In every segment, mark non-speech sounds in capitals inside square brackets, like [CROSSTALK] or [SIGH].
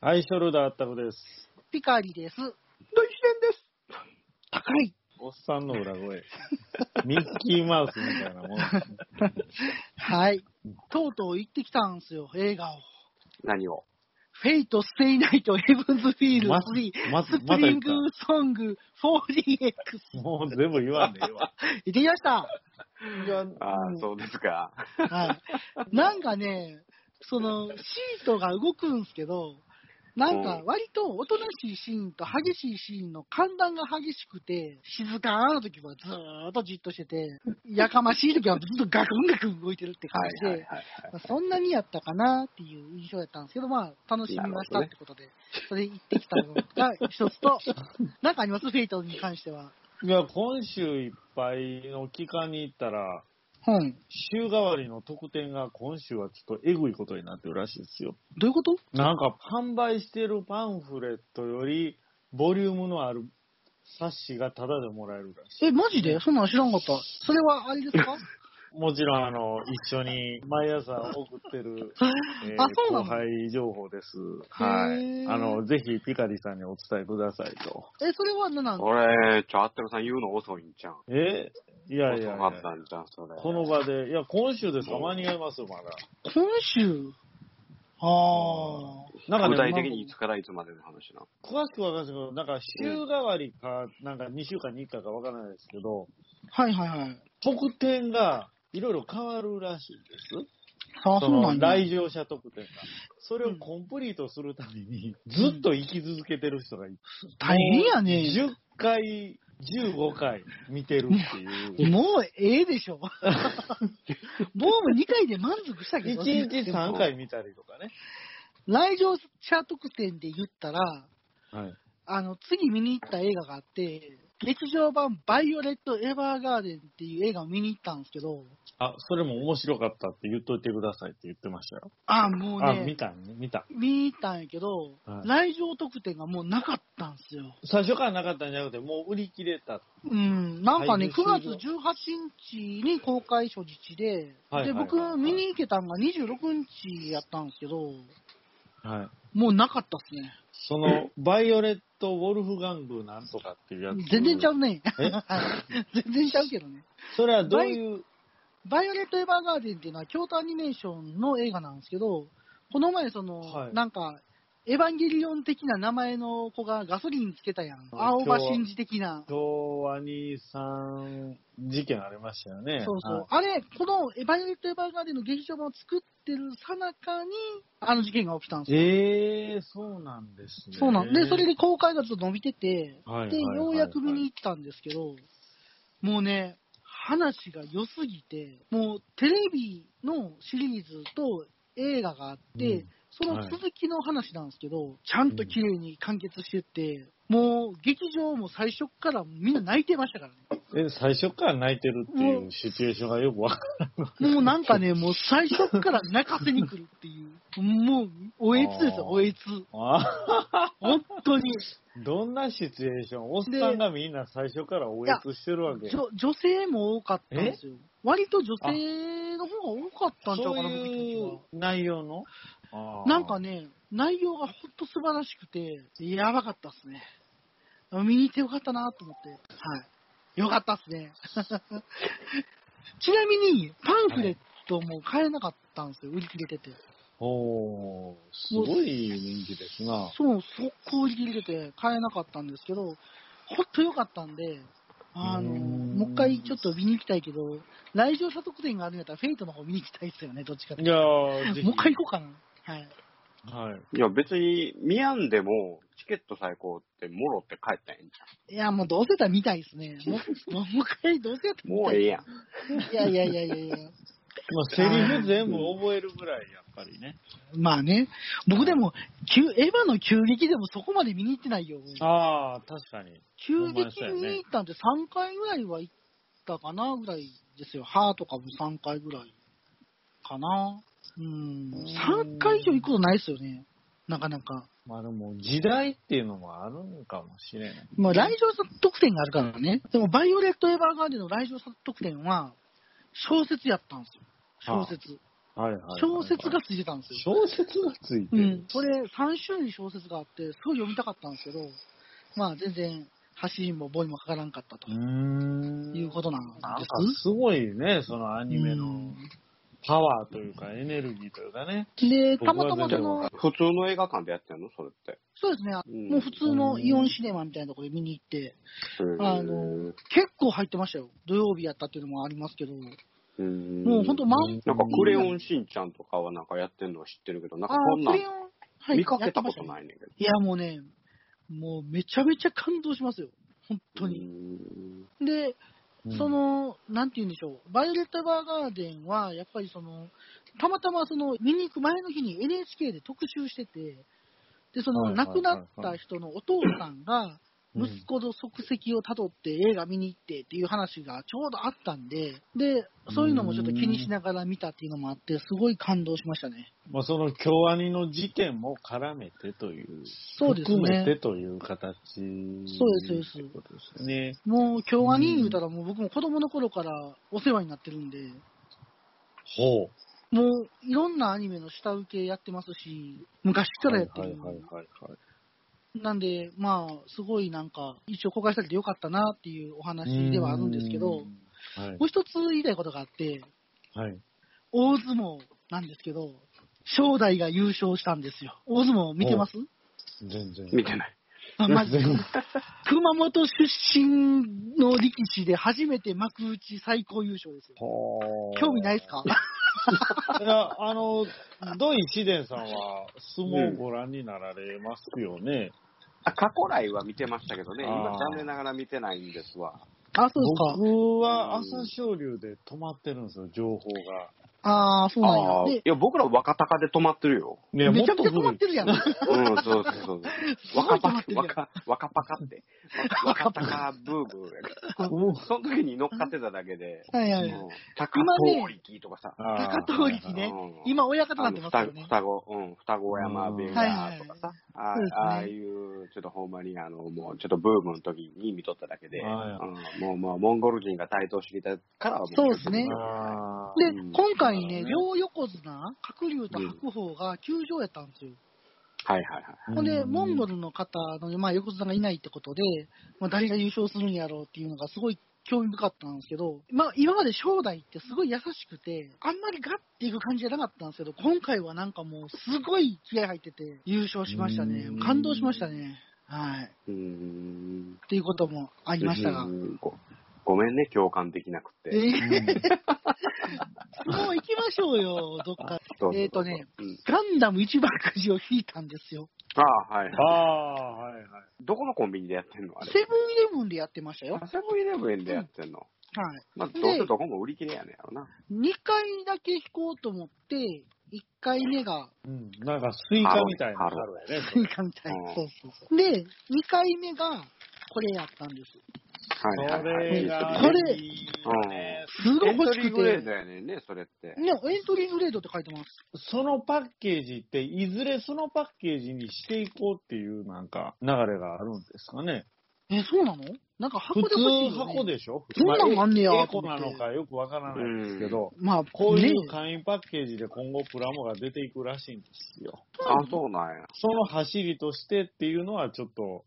アイショルダー太郎です。ピカリです。ドイです。高い。おっさんの裏声。ミッキーマウスみたいなもん。はい。とうとう行ってきたんですよ、映画を。何をフェイト・ステイ・ナイト・ヘブンズ・フィールドま3、まスプまたリ言ンっグ・ソング 40X。た。もう全部言わんでええわ。行ってきました。ああ、そうですか。はい。なんかね、その、シートが動くんですけど、なんかうん割とおとなしいシーンと激しいシーンの寒暖が激しくて、静かな時はずーっとじっとしてて、やかましい時はずっとガクンガクン動いてるって感じで、 [LAUGHS] はい。まあそんなにやったかなっていう印象やったんですけど、まあ、楽しみましたってことで、それ行ってきたのが一つと、 [LAUGHS] なんかありますフェイトに関しては。いや、今週いっぱいの期間に行ったら、うん。週替わりの特典が今週はちょっとえぐいことになってるらしいですよ。どういうことなんか販売してるパンフレットより、ボリュームのある冊子がタダでもらえるらしえ、マジでそんなん知らんかった。それはあれですかい。もちろん、あの、一緒に毎朝送って [LAUGHS] る、えーあそうな後の輩情報です。はへい。ーあの、ぜひピカリさんにお伝えくださいと。え、それは何なんこれ、ちょ、あってるさん言うの遅いんじゃん。えいやいやいや遅かったんじゃん、それ。この場で、いや、今週ですか間に合いますよ、まだ。今週あなん具かね、体的にいつからいつまでの話なのまあ詳しくわかんないですけど、なんか週替わりか、なんか2週間に1回かわからないですけど、あ、はいはいはい。特典がいろいろ変わるらしいんです。ああ、そそうなのんだ。来場者特典が。それをコンプリートするために、ずっと生き続けてる人がいて、大変やね。 10回、15回見てるっていう。もうええで [LAUGHS] しょ。もう2回で満足したけど。 1日3回見たりとかね。来場者特典で言ったら、はい。あの、次見に行った映画があって、劇場版バイオレット・エヴァーガーデンっていう映画を見に行ったんですけど、あ、それも面白かったって言っといてくださいって言ってましたよ。あ、もうあ、見ね、たね、見た。見に行ったんやけど、はい来場特典がもうなかったんですよ。最初からなかったんじゃなくて、もう売り切れた。うん、なんかね、配9布月終了18日に公開初日で、はいで、はい僕はいはい見に行けたんが26日やったんですけど、はい。もうなかったっすね。その、バイオレット・ウォルフガングなんとかっていうやつ。全然ちゃうね。え [LAUGHS] 全然ちゃうけどね。それはどういう、バイオレット・エヴァーガーデンっていうのは京都アニメーションの映画なんですけど、この前その、はいなんか、エヴァンゲリオン的な名前の子がガソリンつけたやん。あ青今葉日は真司的な。京アニさん事件ありましたよね。そうそう。はいあれ、このエヴァンゲリオン・エヴァーガーデンの劇場版を作ってるさなかに、あの事件が起きたんですよ。ええそうなんですね。そうなんで、それで公開がちょっと伸びてて、はいで、はいはいよはういやく見に行ったんですけど、もうね、話が良すぎて、もうテレビのシリーズと映画があって、うんその続きの話なんですけど、ちゃんと綺麗に完結してって、もう劇場も最初からみんな泣いてましたからね。え、最初から泣いてるっていうシチュエーションがよくわかもうなんかね、もう最初から泣かせに来るっていう、もう、おえつであーすよ、おえつ。る。あ本当に。 [LAUGHS] どんなシチュエーションおっさんがみんな最初から応援してるわけ。女女性も多かったんですよ。割と女性の方が多かったんちゃうそうかな、僕的にいはう内容のあーなんかね、内容がほんと素晴らしくて、やばかったっすね。見に行ってよかったなと思って。はい。よかったっすね。 [LAUGHS] ちなみに、パンフレットも買えなかったんですよ、売り切れてて。おー、すごい人気ですな。そう、速攻売り切れてて買えなかったんですけど、ほんとよかったんで、あの、うーんもう一回ちょっと見に行きたいけど、来場者特典があるんやったら、フェイトの方見に行きたいっすよね、どっちかって。いもや [LAUGHS] ー、ぜひう一回行こうかな。はい。はい。いや、別に、見やんでも、チケット最高って、もろって帰ったんやんじいや、もうどうせやったら見たいですね。もう、もう一回どうせやったゃん。もうええやん。ら。いやいやいやいやいや。まあ、セリフ全部覚えるぐらい、やっぱりね。まあね、僕でも、急エヴァの急激でもそこまで見に行ってないよ。ああ、確かに。急激に見に行ったんで3回ぐらいは行ったかなぐらいですよ。歯とかも3回ぐらいかな。うん。3回以上行くことないですよね。なかなか。まあでも、時代っていうのもあるんかもしれない。まあ来場者特典があるからね。でも、バイオレット・エヴァーガーデンの来場者特典は、小説やったんですよ。小説。はいはいはい小説がついてたんですよ。小説がついてうる。ん、これ3種類小説があって、すごい読みたかったんですけど、まあ全然、走りもボイもかからんかったとうーん。いうことなんです。なんかすごいね、そのアニメうのんパワーというか、エネルギーというかね。で、た僕まはたま全そ然わかのん、普通の映画館でやってんのそれって。そうですね、うんもう普通のイオンシネマみたいなところで見に行って、あの、結構入ってましたよ。土曜日やったっていうのもありますけど、ももうほんと、まん、なんかクレヨンしんちゃんとかはなんかやってんのは知ってるけど、なんあかこんー、なクんレヨン、は見かけたこいやってましたとね。ないねんけど。いや、もうね、もうめちゃめちゃ感動しますよ。本当に。で、その、なんて言うんでしょう、バイオレット・エヴァーガーデンは、やっぱりその、たまたまその、見に行く前の日に NHK で特集してて、で、そはの、いはいは亡いはくいなった人のお父さんが、うん息子の足跡をたどって映画見に行ってっていう話がちょうどあったんで、で、そういうのもちょっと気にしながら見たっていうのもあって、すごい感動しましたね。まあ、その京アニの事件も絡めてという、そうですね含めてという形そうですそうですってことですね。もう、京アニ言うたらもう僕も子供の頃からお世話になってるんで、ほう。もう、いろんなアニメの下請けやってますし、昔からやってるんで、はいはいはいはいはい。なんで、まあ、すごいなんか、一応公開されてよかったなっていうお話ではあるんですけど、もはい。う一つ言いたいことがあって、はい。大相撲なんですけど、正代が優勝したんですよ。大相撲見てます全然。見てない。あマジで全然熊本出身の力士で初めて幕内最高優勝ですよ。ほう [LAUGHS] 興味ないですかいや、あの、土井紫伝さんは相撲をご覧になられますよね。あ、過去来は見てましたけどね、あー今残念ながら見てないんですわ。あ、そうですか。僕は朝青龍で止まってるんですよ、情報が。ああ、そうなあんーや。いで、や、僕ら若鷹で止まってるよ。ねめちゃめちゃ止まってるやん。うん、そうそう [LAUGHS] そう。ごい若止まパってるやん若、若パカって。若鷹ブーブーやけどもっと古いその時に乗っかってただけで、はいはういんはい。鷹今闘ね力とかさ。あー高藤力ねうん今、親方になあってのますよ双子ね。双子、うん、双子山弁はいはがいとかさ、あそうですねああいう、ちょっとほんまに、あの、もう、ちょっとブームの時に見とっただけで、はうん、もう、まあ、モンゴル人が台頭してきたからはもそうですね見てないあーでうん、今回ね、なる両横綱、鶴竜と白鵬が休場やったんですよ。はいはいはい。ほんで、うんモンゴルの方の、まあ、横綱がいないってことで、まあ、誰が優勝するんやろうっていうのがすごい興味深かったんですけど、まあ、今まで正代ってすごい優しくて、あんまりガッていく感じじゃなかったんですけど、今回はなんかもう、すごい気合入ってて、優勝しましたねうん。感動しましたね。はい。うーん。っていうこともありましたがう。んごごめんね、共感できなくえて。ーうんもう行きましょう [LAUGHS] よ、どっか。どうぞえーとね。うんガンダム一番くじを引いたんですよ。ああ、はい。ああ、はいはい。どこのコンビニでやってんのあセれ。ブンイレブンでやってましたよ。はあセブンイレブンでやってんの。い。まあ、でどうせどこも売り切れやねんやろな。 2回だけ引こうと思って、1回目 [LAUGHS] がうん、なんかスイカみたいなハロ春やね。スイカみたいうんな。そうそうそう。で、2回目がこれやったんです。そはいはいはい。れが、これいいよねすごエいント欲しリーくグレて。ードやねんね、それって。ね、エントリーグレードって書いてます。そのパッケージって、いずれそのパッケージにしていこうっていうなんか流れがあるんですかね。え、そうなのなんか普箱で欲しいよ、ね。通箱。でしょそんなんまあんねやえエとコ思っなてのかよくわからないですけど、まあ、こういねう会員パッケージで今後プラモが出ていくらしいんですよ。あ、そうなんや。その走りとしてっていうのはちょっと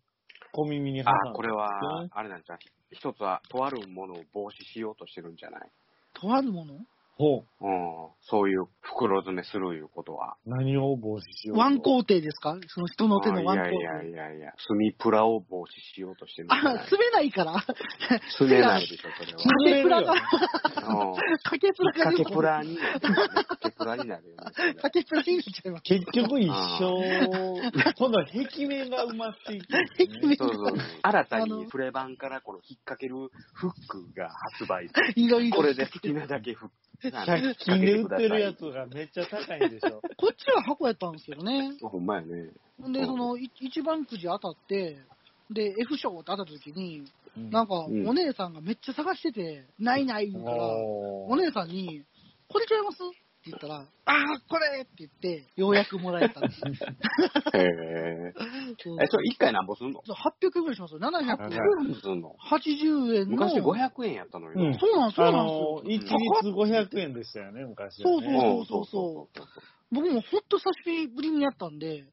小耳に挟んあ、こで。れは、あれなんじゃう、一つは、とあるものを防止しようとしてるんじゃないとあるものほうん。そういう袋詰めするいうことは。う。何を防止しようと。ワン工程ですかその人の手のワンい工や程い。やいやいや、炭プラを防止しようとしてるんじゃなあ、い滑らないから。詰めないでしょ、それは。潰れるよかけプラがうん。かけプラがか出てけこプないラになるよね。かけプラになるよね。それかけプラになっちゃいます。結局一生、今度は壁面が埋まっていくんですね、壁面そうそう。新たあのにプレ版からこの引っ掛けるフックが発売されいろいてろ。これで好きなだけフック。 100均で売ってるやつがめっちゃ高いんでしょ。こっちは箱やったんですけどね。つ。ほんまやね。で、その、い一番くじ当たって、で、F 賞って当たった時に、なんか、うんお姉さんがめっちゃ探してて、ないない言うから、おおー姉さんに、これちゃいますって言ったら、ああ、これって言って、ようやくもらえたんです。へえ。そうえ、それ一回なんぼすんの800円ぐらいしますよ。はい何すんの780円の。昔500円やったのよ。。うんそうなんそうあなんの、で一す律500円でしたよね、昔は、ね。そうそうそうそう僕もほんと久しぶりにやったんで、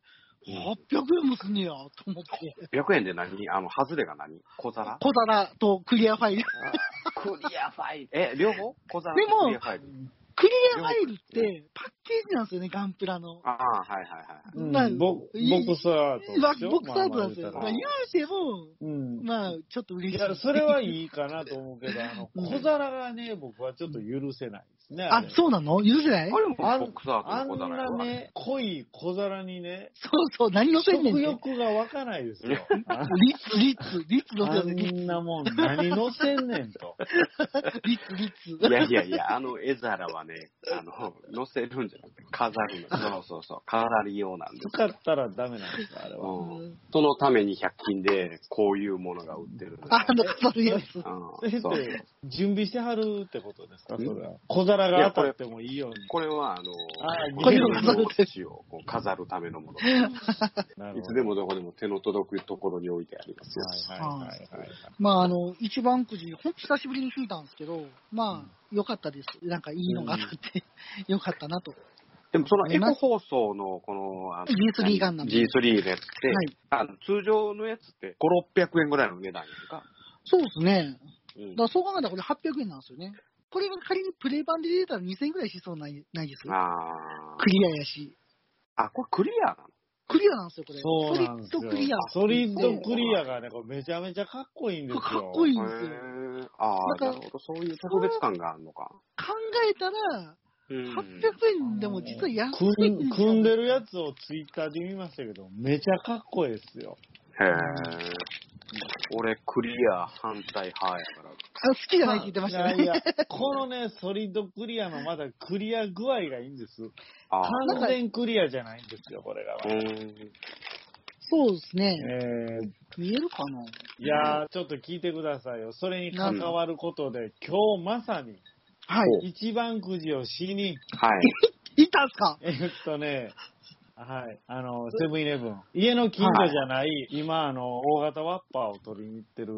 800円もすんねや、と思って。 500円で何あの、ハズレが何小皿小皿とクリアファイル。クリアファイル。え、両方小皿でもとクリアファイル。クリアファイルって、パッケージなんですよね、ガンプラの。ああ、はいはいはいはい。うんまあボボクサートでしょまあボクサートなんですよ。ままああ、まあ言うても、うん。まあ、ちょっとい嬉しい。や、それはいいかなと思うけど、あ [LAUGHS] の、うん小皿がね、僕はちょっと許せないですね。 [LAUGHS] あ、そうなの許せないあれもあんボクサあーれとの小皿あやんなわね、濃い小皿にね、そうそう、何乗せんね食んて。欲が湧かないですよ。あリッツ、リッツ、リッツ [LAUGHS] 乗せあるリッんなもん、何乗せんねんと。ツ、リッツ、リッツ。いやいやいや、あの絵皿はね、あの、載せるんじゃなくて、飾るの。そうそうそう、飾り用なんです使ったらダメなんですよ、あれうは。ん。そのために100均で、こういうものが売ってるんです [LAUGHS] あの、飾るやつ。う先ん、そう生、準備してはるってことですか、んそれは。小皿が当たってもいいように。これは、あの、あこれこれを飾るをこう飾るためのもの。なるいほつどでもどこでも手の届くところに置いてありますよ。はいはいはいはいはい。まあ、あの、一番くじ、ほんと久しぶりに聞いたんですけど、まあ、良かったです。なんかいいのがあって、良かったなと。でもそのエコ放送のこの、あの G3 ガンダム G3 のやつって、はいあの通常のやつって5、600円ぐらいの値段やんか。そうですね。うんだからそう考えたらこれ800円なんですよね。これが仮にプレイ版で出たら2000円ぐらいしそうないないです。あクリアやし。あ。あ、これクリアなのクリアなんですよ、これ。そうなんですよ。ソリッドクリア。ソリッドリクリアがね、これめちゃめちゃかっこいいんですよ。かっこいいんですよ。へーああ、ななんかるほど。そういう特別感があるのか。考えたら、うん800円でも実は安組いんですんよ。組んでるやつをツイッターで見ましたけど、めちゃかっこいいですよ。へえ。俺、クリア反対派やから。あ好きじゃないって言ってましたいやね。いや、このね、ソリッドクリアのまだクリア具合がいいんです。ああ。完全クリアじゃないんですよ、これが。うえん。そうですね。ー見えるかないやー、ちょっと聞いてくださいよ。それに関わることで、今日まさに、はい。一番くじをしに、はい。いたんすかえっとね、はい、あの、セブンイレブン。家の近所じゃない、今、あの、大型ワッパーを取りに行ってる、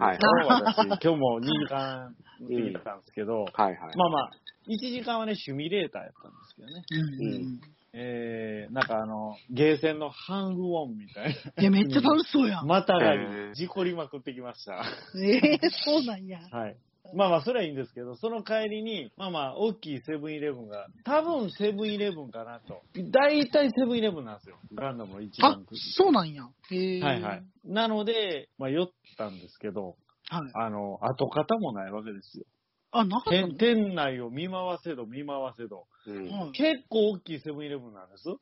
はい私、今日も2時間見に行ったんですけど、はいはい。まあまあ、1時間はね、シュミュレーターやったんですけどね。うんうえー、なんかあの、ゲーセンのハングウォンみたいいや、めっちゃ楽しそうやな。ん。またがへー事故りまくってきました。ええそうな [LAUGHS] んや。はい。まあまあ、それはいいんですけど、その帰りに、まあまあ、大きいセブンイレブンが、多分セブンイレブンかなと。大体セブンイレブンなんですよ。ガンダムの一あ番、くじそうなんや。へえ。はいはい。。なので、まあ、酔ったんですけど、はい。あの、跡形もないわけですよ。あ、なかった店の店内を見回せど見回せど、うんはい結構大きいセブンイレブンなんです。は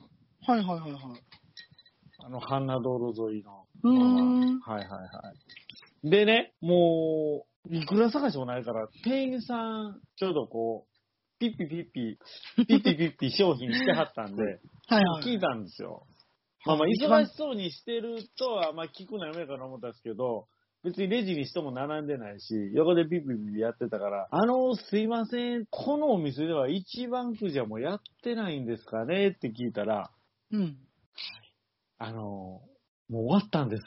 いはいはいはい。あの、ハンナ道路沿いの。うーんはいはいはい。でね、もう、いくら探してもないから、店員さん、ちょうどこう、ピッピピッピ、ピッピピッピ商品してはったんで、はいは聞い。いたんですよ。まあまあ、一番忙しそうにしてるとは、まあ聞くのやめようかな思ったんですけど、別にレジに人も並んでないし、横でピッピピピやってたから、あの、すいません、このお店では一番くじはもうやってないんですかねって聞いたら、うん。あの、もう終わったんです。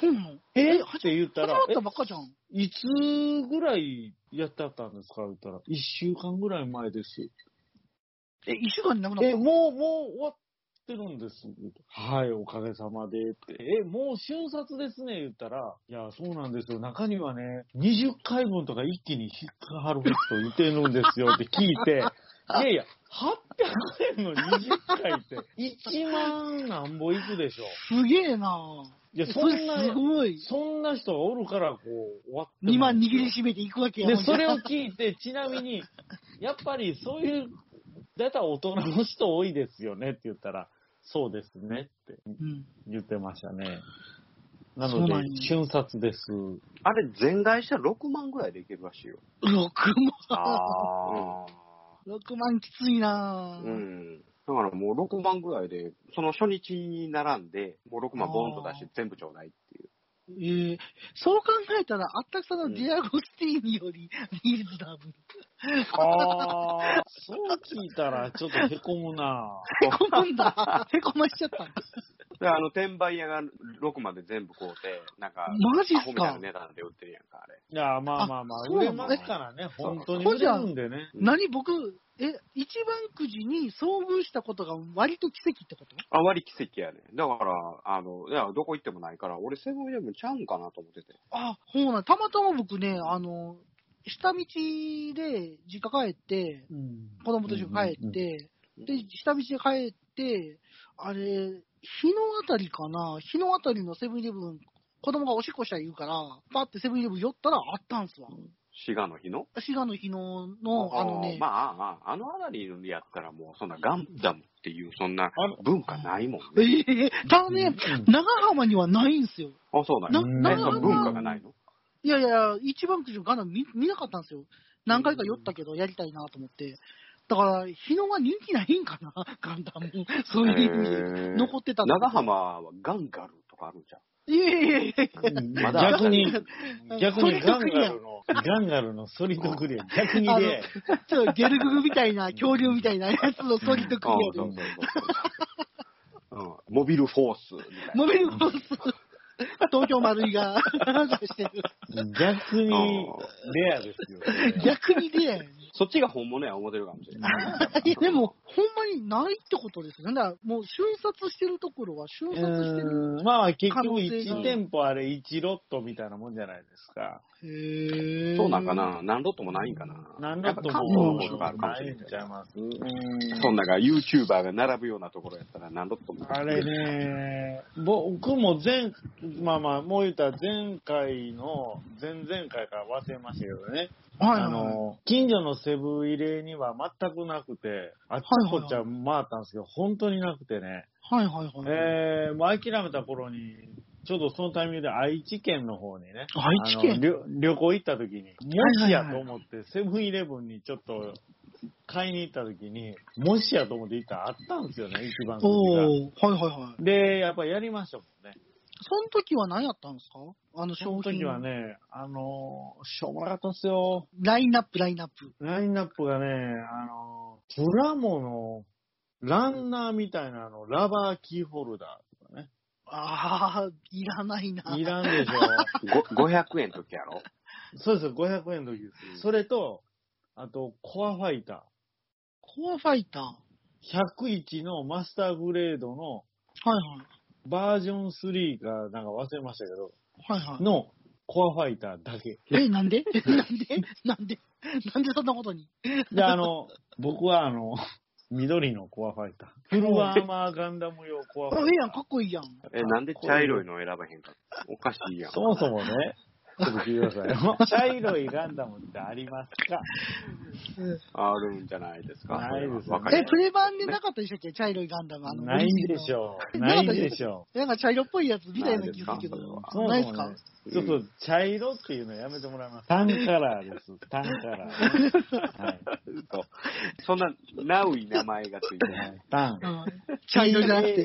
そうなのえって言った始らまっ、たばっかじゃん。いつぐらいやってあったんですか言ったら、一週間ぐらい前です。え、一週間になくなっえ、たのもう、もう終わってるんです。はい、おかげさまで。ってえ、もう瞬殺ですね。言ったら、いや、そうなんですよ。中にはね、20回分とか一気に引っかかる人言ってるんですよって聞い [LAUGHS] て、いやいや、800円の20回って、1万なんぼいくでしょ。すげえなぁ。いや、そそれんなす、ごい。そんな人がおるから、こう、終わっても2万握りしめていくわけやで、それを聞いて、ちなみに、やっぱりそういう、だいたい大人の人多いですよねって言ったら、そうですねってうん。言ってましたね。なそのうでなんや、瞬殺です。あれ、全買いしたら6万ぐらいでいけるらしいよ。 6万。あ6万きついなぁ。うん。だからもう6万ぐらいで、その初日に並んで、もう6万ボンと出して全部ちょうだいっていえう。えそう考えたら、あったくさんのディアゴスティーニよりリーズナブル。ああ、そう聞いたらちょっとへこむな。へこむ [LAUGHS] んだ。へこましちゃった。で、あの、転売屋が6まで全部買うて、なんか、マジっアホすみたいかな値段で売ってるやんか、あれ。いや、まあまあまあ、あそう売れなのますからね。そう本当に売れるんでね。何僕、え、一番くじに遭遇したことが割と奇跡ってことあ割り奇跡やね。だから、あの、いや、どこ行ってもないから、俺セブンイレブンちゃうんかなと思ってて。あ、ほうなん。たまたま僕ね、あの、下道で実家帰って、うん子供と一緒に帰って、で、下道で帰って、あれ、日の当たりかな日の当たりのセブンイレブン、子供がおしっこしたい言うから、パってセブンイレブン寄ったらあったんすわ。滋賀の日の滋賀の日のの、あのね、まあ、まあ、あのあたりやったらもう、そんなガンダムっていう、そんなあの文化ないもんえね。えただね、長浜にはないんすよ。あ、そうだなよ。うんえな長そ浜の文化がないのいやいや、一番くじのガンダム見見なかったんですよ。何回か酔ったけど、やりたいなと思って。だから、日野は人気ないんかな、ガンダム。そういう意味へでー残ってたんだけど長。浜はガンガルとかあるんじゃん。いやいやいやいうんまだ逆に、や。逆そにれとガンクガリアルの、ガンガルのソリッドクリア、逆にで、ちょっとゲルググみたいな、恐竜みたいなやつのソリッドクリあアでそうそうそうそう。うん、モビルフォースみたいな。モビルフォース、東京丸 [LAUGHS] 井が出してる。逆にレアですよ。逆にで、そっちが本物や思ってるかもしれない。えでも、ほんまにないってことですよね。だから、もう瞬殺してるところは瞬殺してる。うんまあ結可能局性が1店舗あれ1ロットみたいなもんじゃないですか。へーそうなんかな何ロットもないんかな何ロットやっぱ関東のもことがあるかもなしれいんないちゃいます。そんなんが YouTuber が並ぶようなところやったら何ロットもあれね、僕も前、まあまあ、もう言ったら前回の、前々回から忘れましたけどね、はい、あの、近所のセブン入れには全くなくて、あっちこっちは回ったんですけど、本当になくてね、はいはいはい。えー、もう諦めた頃に、ちょうどそのタイミングで愛知県の方にね、愛知あの県旅旅行行った時に、もしやと思って、セブンイレブンにちょっと買いに行った時に、もしやと思って行ったらあったんですよね、一番くじが。おおーはいはいはい。で、やっぱやりましたもんね。その時は何やったんですかあのその商時品。はね、あのー、しょうもなかったっすよ。ラインナップ、ラインナップ。ラインナップがね、あのー、プラモのランナーみたいなの、ラバーキーホルダーとかね。ああ、いらないな。いらんでしょ。ご500円の時やろそうですよ、500円の時です。それと、あと、コアファイタコアファイター。はー。101のマスターグレードのいはい。バージョン3かなんか忘れましたけど、はいはい。のコアファイターだけ。え、なんで [LAUGHS] なんでなんでなんでそんなことにで、あの、僕はあの、緑のコアファイター。フルアーマーガンダム用コアフあ、えァイえやん、タかっこいいやん。え、なんで茶色いの選ばへんかおかしいやー。ん。そもそもね、ちょっと聞いてくださいよ。 [LAUGHS] 茶色いガンダムってありますかあるんじゃないですか。ないですわかりえ、まプレ版でなかったでしたっけ茶色いガンダム。あのないでしょ。ょう。なかなったいですでしょなんか茶色っぽいやつみたいな気がするけう。ないですかそど。もないそですもかね、ちょっと茶色っていうのやめてもらいます。タンカラーです。タンカラー、ね。はい。す。そんな、ナウい名前がついてない。タンう。ん茶色じゃな [LAUGHS] くて。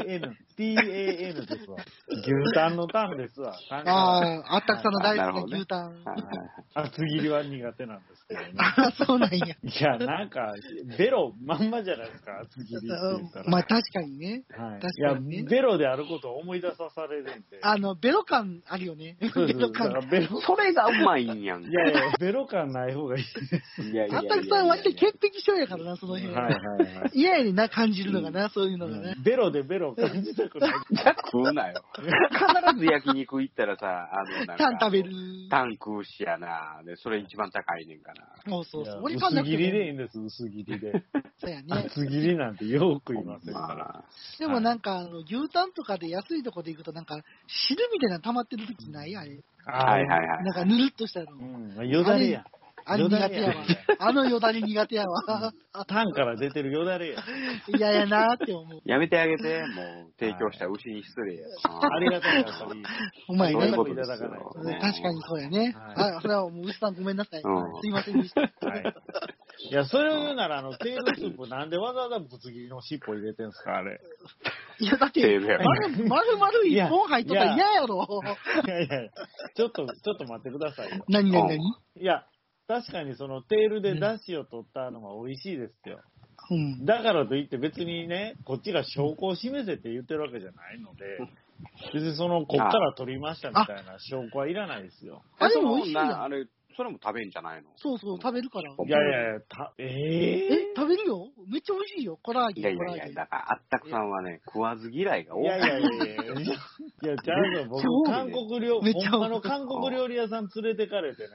TAN。TAN ですわ。牛タンのタンですわ。タンカあラー。あ、あったくさの大なる好ほきどなね牛タン。はいはいはい厚切りは苦手なんですけどね。ああ、そうなんや。いや、なんか、ベロまんまじゃないですか、厚切りって言ったら。まあ確かにね。はい、確いやかにね、ベロであることを思い出さされるんで。あの、ベロ感あるよね。ベそうそうロだか感。らベロ、それがうまいんやん。いやいや、ベロ感ない方がいいです。いやいやあったくさん割と潔癖症やからな、その辺。はいはいはい。嫌やねんな、感じるのがな、そういうのがねうん。ベロでベロ感じたくない。食うなよ。必ず焼肉行ったらさ、あの、なんか。タン食べる。タン食うしやな。で、それ一番高いねんかな。そうそうそう。俺いかやんな薄く切りでいていんです、薄切りで。そうやね。厚切りなんてよく言いませんから。まあ、でもなんか、あの牛タンとかで安いとこで行くと、なんか、汁みたいなの溜まってる時ないあれ。はいはいはい。なんか、ぬるっとしたのう。ん、まあよだれや。あれよだ苦手れややわ。あのよだれ苦手やわ。タンから出てるよだれや。嫌やなって思 [LAUGHS] う。やめてあげて、もう、提供した牛に失礼や。ありがたいやっぱり。お前そどうういうういね。ここととでですすよようん確かにそうやね。はいあ、それはもう、牛さんごめんなさい。うんすいませんでした。はい。いや、それを言うなら、あの、テールスープ、なんでわざわざぶつ切りの尻尾入れてんすか、あれ。いや、だって、セールやから丸丸々一本入っとったら嫌やろ。 [LAUGHS] いやいや、ちょっと、ちょっと待ってくださいよ。何何何いや、確かにそのテールで出汁を取ったのは美味しいですよ。うん。だからといって別にね、こっちが証拠を示せって言ってるわけじゃないので、 [LAUGHS] 別にその、こっから取りましたみたいな証拠はいらないですよ。あ、でそもの美味しいじゃなあん。れ、それも食べんじゃないのそうそう、食べるから。いやいやいや、た、えええ食べるよめっちゃ美味しいよ。コラーいゲン、やいコラやーいゲや、ン。だから、あったくさんはね、食わず嫌いが多いい。やい [LAUGHS] やいやいや、いや、ちゃうぞ、僕、韓国料めっ理、ちゃほんまの韓国料理屋さん連れてかれてね、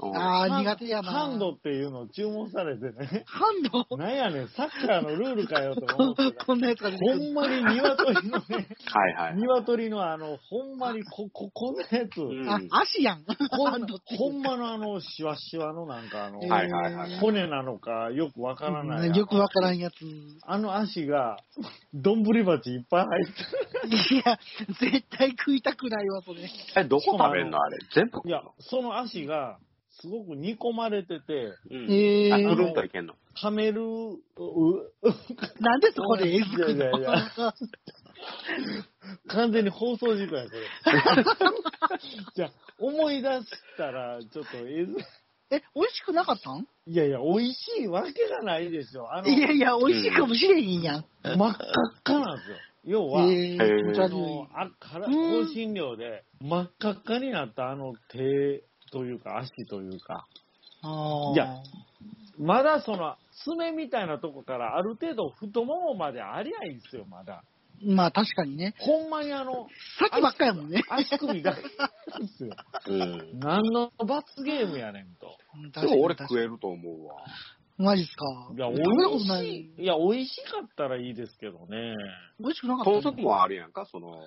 うんあハあ、ン苦手やな。ハンド。っていうのを注文されてね、ハンドこなんやねん、サッカーのルールかよとか思ってた。 [LAUGHS] こんなやつが出てくほる。んまに鶏のね、はいはい。鶏のあの、ほんまにこ、こ、こんなやつ、うんあ、足やん。ほハンんドって。ほんまのあの、シワシワのなんかあの、はいはいはいえ骨なのかよくわからない。よくわからんやつ。いあの足が、どんぶり鉢いっぱい入ってや、絶対食いたくないわ、それ。え、どこ食べんのあれ。全部いや、その足が、すごく煮込まれてて、うんええあ、のくるんー。といけんの。はめる、う、うなんでそこでえずくいやいやいのや完全に放送事故や、こ [LAUGHS] れ。じゃあ思い出したら、ちょっとえず、え、美味しくなかったんいやいや、美味しいわけがないでしょ。あの、いやいや、美味しいかもしれへんやん。真っ赤っかなんですよ。要は、えええー気持ちあ悪いの。、あからうん香辛料で真っ赤っかになったあの手というか足というか、あーいやまだその爪みたいなとこからある程度太ももまでありゃいいんですよ、まだ。まあ確かにね。ほんまにあの、さっきばっかやもんね。足首だけなんです [LAUGHS] よ。うん。何の罰ゲームやねんと。うんでも俺食え。えると思うわ。マジっすか。いや、食美べたこ味とない。しい。いや、美味しかったらいいですけどね。美味しくなかった豚ね。足もあるやんか、その。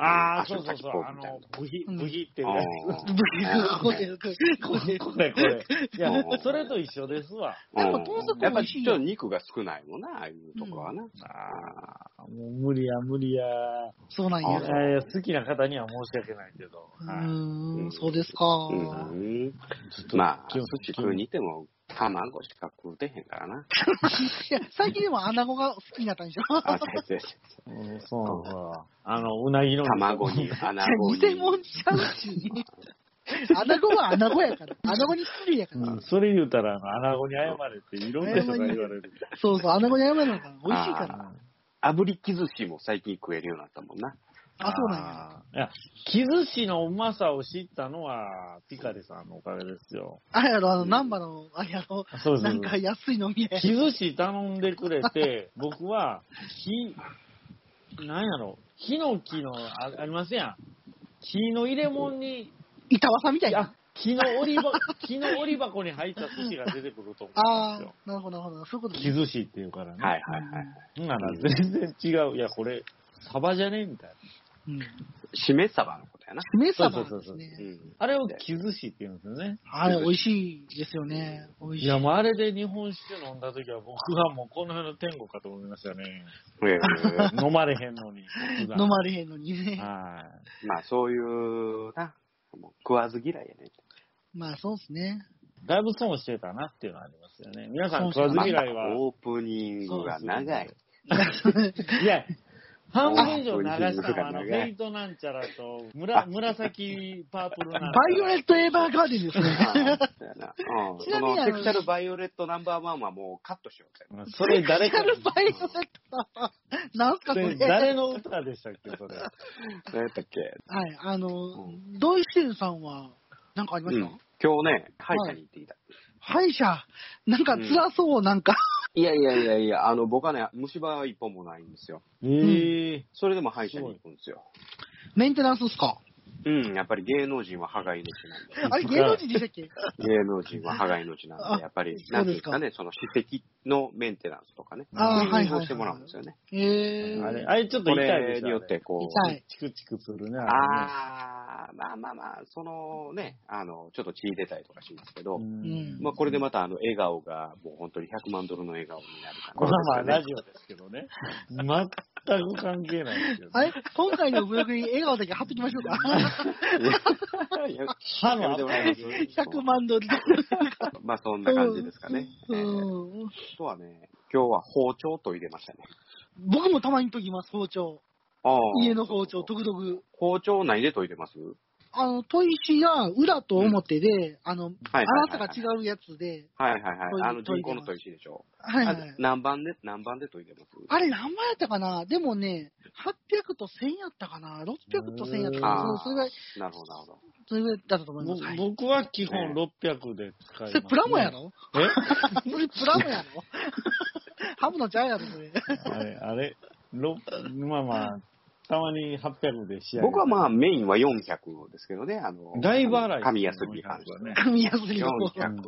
ああ、足そうのそう先っそうぽ。あみたいの、ブヒ、うんブヒっていうな。や [LAUGHS] ブーこれ、これ、つ。 [LAUGHS] ここれれこれ。い [LAUGHS] やうん、それと一緒ですわ。うんやっぱ豚足やっ美ぱ味しいちょっと肉が少ないもんな、ああいうところはな。ああ、もう無理や、無理や。そうなんいや。やいや、好きな方には申し訳ないけど。うはいーうんん、そうですか。うん。ちょっとまあ、気を寿司食うにても、卵しか食うてへんから [LAUGHS] な。いや、最近でも穴子が好きになったんでしょあ、違う違う違ううんそうなんだ。あの、うなぎの。卵に、穴子に。偽物ちゃうし。穴子は穴子やから。穴子に失礼やか [LAUGHS] うら。ん、それ言うたら、あの、穴子に謝れって、いろんな人が言われる。そうそう、穴子に謝るのから。美味しいから。あ炙り木寿司も最近食えるようになったもんな。あ、そうなんや。んや。いや、木寿司のうまさを知ったのは、ピカリさんのおかげですよ。あれやろ、あの、難波の、あれやろ、そうです。なんか安い飲み屋。木寿司頼んでくれ [LAUGHS] て、僕は、木、なんやろ、ヒノキの、あありますやん。木の入れ物に、板わさみたいあな。、木の折り箱、 [LAUGHS] 木の折り箱に入った寿司が出てくると思うんあであ、なるほど、なるほど。そういうことすよ。木寿司っていうからね。はいはいはい。ほんなら全然違う。いや、これ、サバじゃねえみたいな。うん。しめ鯖のことやな。姫様そうそうでそすうねう。ん。あれを木寿司って言うんですよね。あれ、美味しいですよね。美味しいい。や、もうあれで日本酒飲んだ時は僕はもうこの辺の天国かと思いました [LAUGHS] ね。ええ飲まれへんのに。普段飲まれへんのにね。はまあそういう、な、もう食わず嫌いやね。まあ、そうですね。い。だいぶ損してたなっていうのはありますよね。皆さん食そわうそうずま嫌たいは。オープニングが長い。いや、半分以上流したのは、あの、フェイトなんちゃらと、むらあ紫パープルなんバちゃイオら。レット・エヴァーガーデンですね。ああそうやなうんちそなみにのセクシャルバイオレットナンバーワンはもうカットしようぜ。それ誰かカ、ルバイオレット。なんすか、そそれれ。誰の歌でしたっけ、そ [LAUGHS] れ。何やったっけはい、あの、んドイシュンさんは、なんかありまうしんた、今日ね、歯医者に行ってきた。歯医者、なんか辛そう、なんか。 [LAUGHS] いやいやいやいや、あの、僕はね、虫歯一本もないんですよ。ええそれでも歯医者に行くんですよ。メンテナンスっすかうん、やっぱり芸能人は歯が命なんで。あれ、芸能人でしたっけ芸能人は歯が命なんあで、やっぱり、そなうんていですうんですかかね、その歯石のメンテナンスとかね、あーはいはいはいをしてもらうんですよね。えー。あれ、あれちょっとこ痛いでれしょ。によって、こう、痛い。チクチクするね。ああー、まあまあまあ、そのね、あの、ちょっと血出たりとかしますけど、れねんまあこれでまたあの、笑顔が、もう本当に100万ドルの笑顔になるまかあまあ、ら、ラジオですけどね。全く関係ないですよ、あね。れ今回のブログに笑顔だけ貼っときましょうか。いや歯やめての、もらえます100万ドル。まあそんな感じですかね。うえーん。あとはね、今日は包丁と入れましたね。僕もたまに研ぎます、包丁。あー家の包丁、とぐとぐ。包丁何で研いでますあの、砥石が裏と表で、あの、はいはいはい粗さが違うやつで、はいはいはいトイ。レあの、人工の砥石でしょ。はいはあい。何番で、何番で研いでますあれ何枚やったかなでもね、800と1000やったかな ?600 と1000やったかうーなんそれぐらい、なるほど、なるほど。それぐらいだったと思います。はいぼ僕は基本600で使います、それプラモやろえ [LAUGHS] それプラモやろ [LAUGHS] ハムのちゃうやろ、それ。あれ、あれ、ろまあまあ、たまに800で試合。僕はまあ、メインは400ですけどね、あの、大払い。神安に関してはね。組みやすいの。 400、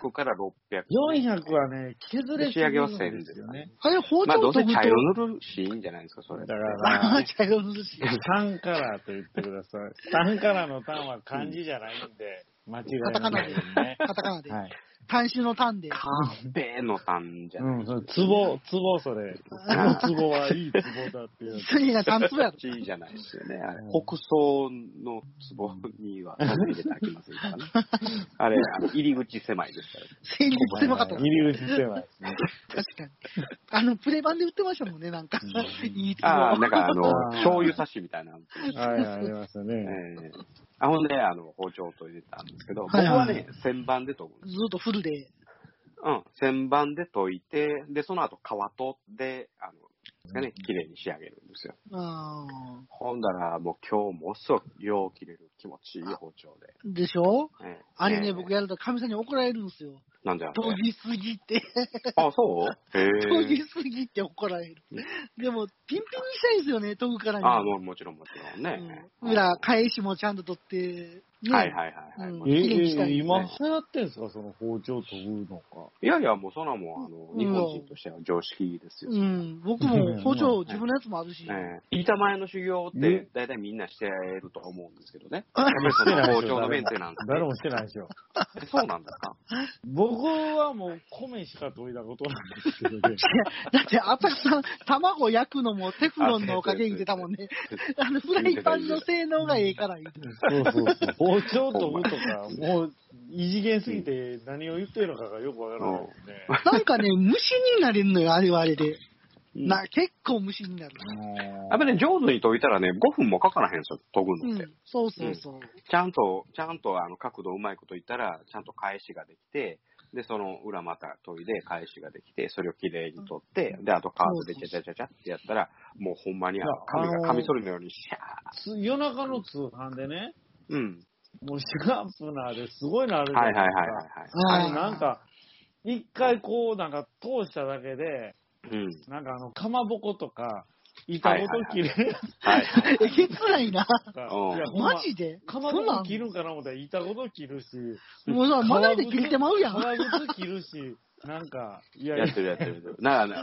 400から600。 400はね、削れすぎるんですよね。あれ包まあ、ど丁う研ぐとせ茶、色塗るしいいんじゃないですか、それ。だからあ [LAUGHS] ー茶色塗るし。 3カラーと言ってください。3カラーの単は漢字じゃないんで、間違いないですね。カタカナで。はい。単種の単で。カーペの3じゃうないん、そう、ツボ、ツボそれ。そのツボはいいツボだっていう。それが単粒やろ。じゃないですよね。あれうん北総の壺には入れていただきませんからね。あれ、あの入り口狭いですから。成立狭かったな入り口狭いですね。確かに。あの、プレ版で売ってましたもんね、なんか。うんいいつも。ああ、なんかああの、ー醤油差しみたいな。はい、あります [LAUGHS] よえね。えあほんで、あの、包丁と入れたんですけど、僕はいははいね、旋盤で研ぐんずでっとフルで。す。うん、旋盤で研いて、で、その後、皮取って、あの、ね、綺麗に仕上げるんですよ。あほんだら、もう今日もっそりよう切れる気持ちいい包丁で。ーでしょええあれえね、え僕やると神さんに怒られるんですよ。なんじゃな研ぎすぎて。あ、そうへえ研ぎすぎて怒られる。でも、ピンピンにしたいんですよね、研ぐからに。ああ、もうもちろんもちろんね。うん裏、返しもちゃんと取って。ねはいはいはいはい。うんもえちろんえ今流行ってんすかその包丁研ぐのか。いやいや、もうそんなもん、あの、うん日本人としては常識ですよ。うえん、僕も包丁、自分のやつもあるし。え板前の修行っねて、大体みんなしてると思うんですけどね。あやっぱりその包丁のメンテナン [LAUGHS] 誰もしてないでしょ。スって。そうなんですか僕はもう米しか研いだことないんですけどね。だって、あたさん、卵焼くのもテフロンのおかげ言ってたもん [LAUGHS] ね。あの、フライパンの性能がええから言うてそうそうそう。包丁研ぐとか、もう異次元すぎて何を言ってるのかがよくわからないですね。なんかね、虫になれるのよ、あれはあれで。な、結構虫になる。やっぱりね、上手に研いたらね、5分もかからへんすよ、研ぐうのってん。、そうそうそう。ちゃんと、ちゃんとあの角度うまいこと言ったら、ちゃんと返しができて、で、その裏また研いで返しができて、それをきれいに取って、で、あとカードでちゃちゃちゃちゃってやったら、もうほんまにあのいや髪あがのーカミソリのようにシャーつ夜中の通販でね、うん。もうシュガンプナーですごいのあるじゃないはいではいすはいか。はい。あれなんか、一回こうなんか通しただけで、うん。なんかあの、かまぼことか、板ごと切れるやつはい。えげつないな。とか、はいいやほんまマジでかまそぼんなこん切るんかな思ったら板ごと切るし、もうさ、まな板で切れてまうやん。革靴切るし、なんか、いやいやや、ってるやってる。なんか、な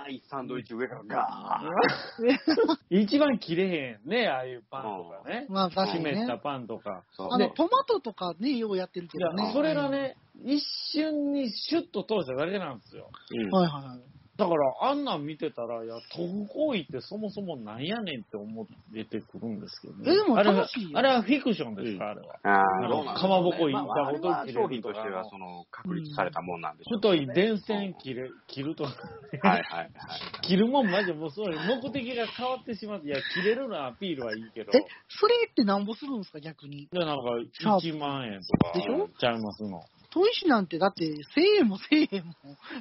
長いサンドイッチ上からガ [LAUGHS] 一番切れへんね、ああいうパンとかね。まあ、確か湿にねっ。たパンとか。ーン。あの、トマトとかね、ようやってるけいやどね。それが。ね、一瞬にシュッと通しただけなんですよ。うんはいはいはい。だから、あんなん見てたら、いや、豆腐行為ってそもそもなんやねんって思出てくるんですけどね。えでもあれは楽しいよあれはフィクションですか、うんあれは。あなあ、んかどうなんかまぼこまああれは板ごと切れる商品としては、その、確立されたもんなんでしょう太い電線切る、切るとか、はいはいはい。切るもんマジでもうそういう目的が変わってしまって、いや、切れるのアピールはいいけど。え、それってなんぼするんですか、逆に。で、なんか、シャー1プ万円とか、でしょちゃいますの。砥石なんて、だって、1000円も1000円も。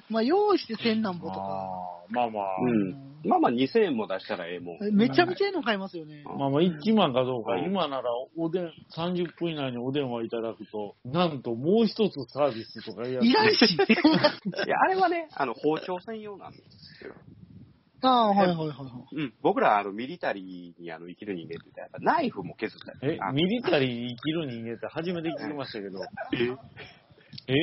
まあ、用意して1000なんぼとか。あーまあまあ、うん。まあまあ、2000円も出したらええもん。めちゃめちゃええの買いますよね。まあまあ、1万かどうか、うん今ならおでん、30分以内にお電話いただくと、なんともう一つサービスとかやいらんし。 [LAUGHS] いや、あれはね、あの、包丁専用なんですよ。ああ、はいはいはいはい。うん。僕ら、あの、ミリタリーにあの生きる人間って言ったら、やっぱナイフも削ったりえあ、ミリタリーに生きる人間って初めて聞きましたけど、ええ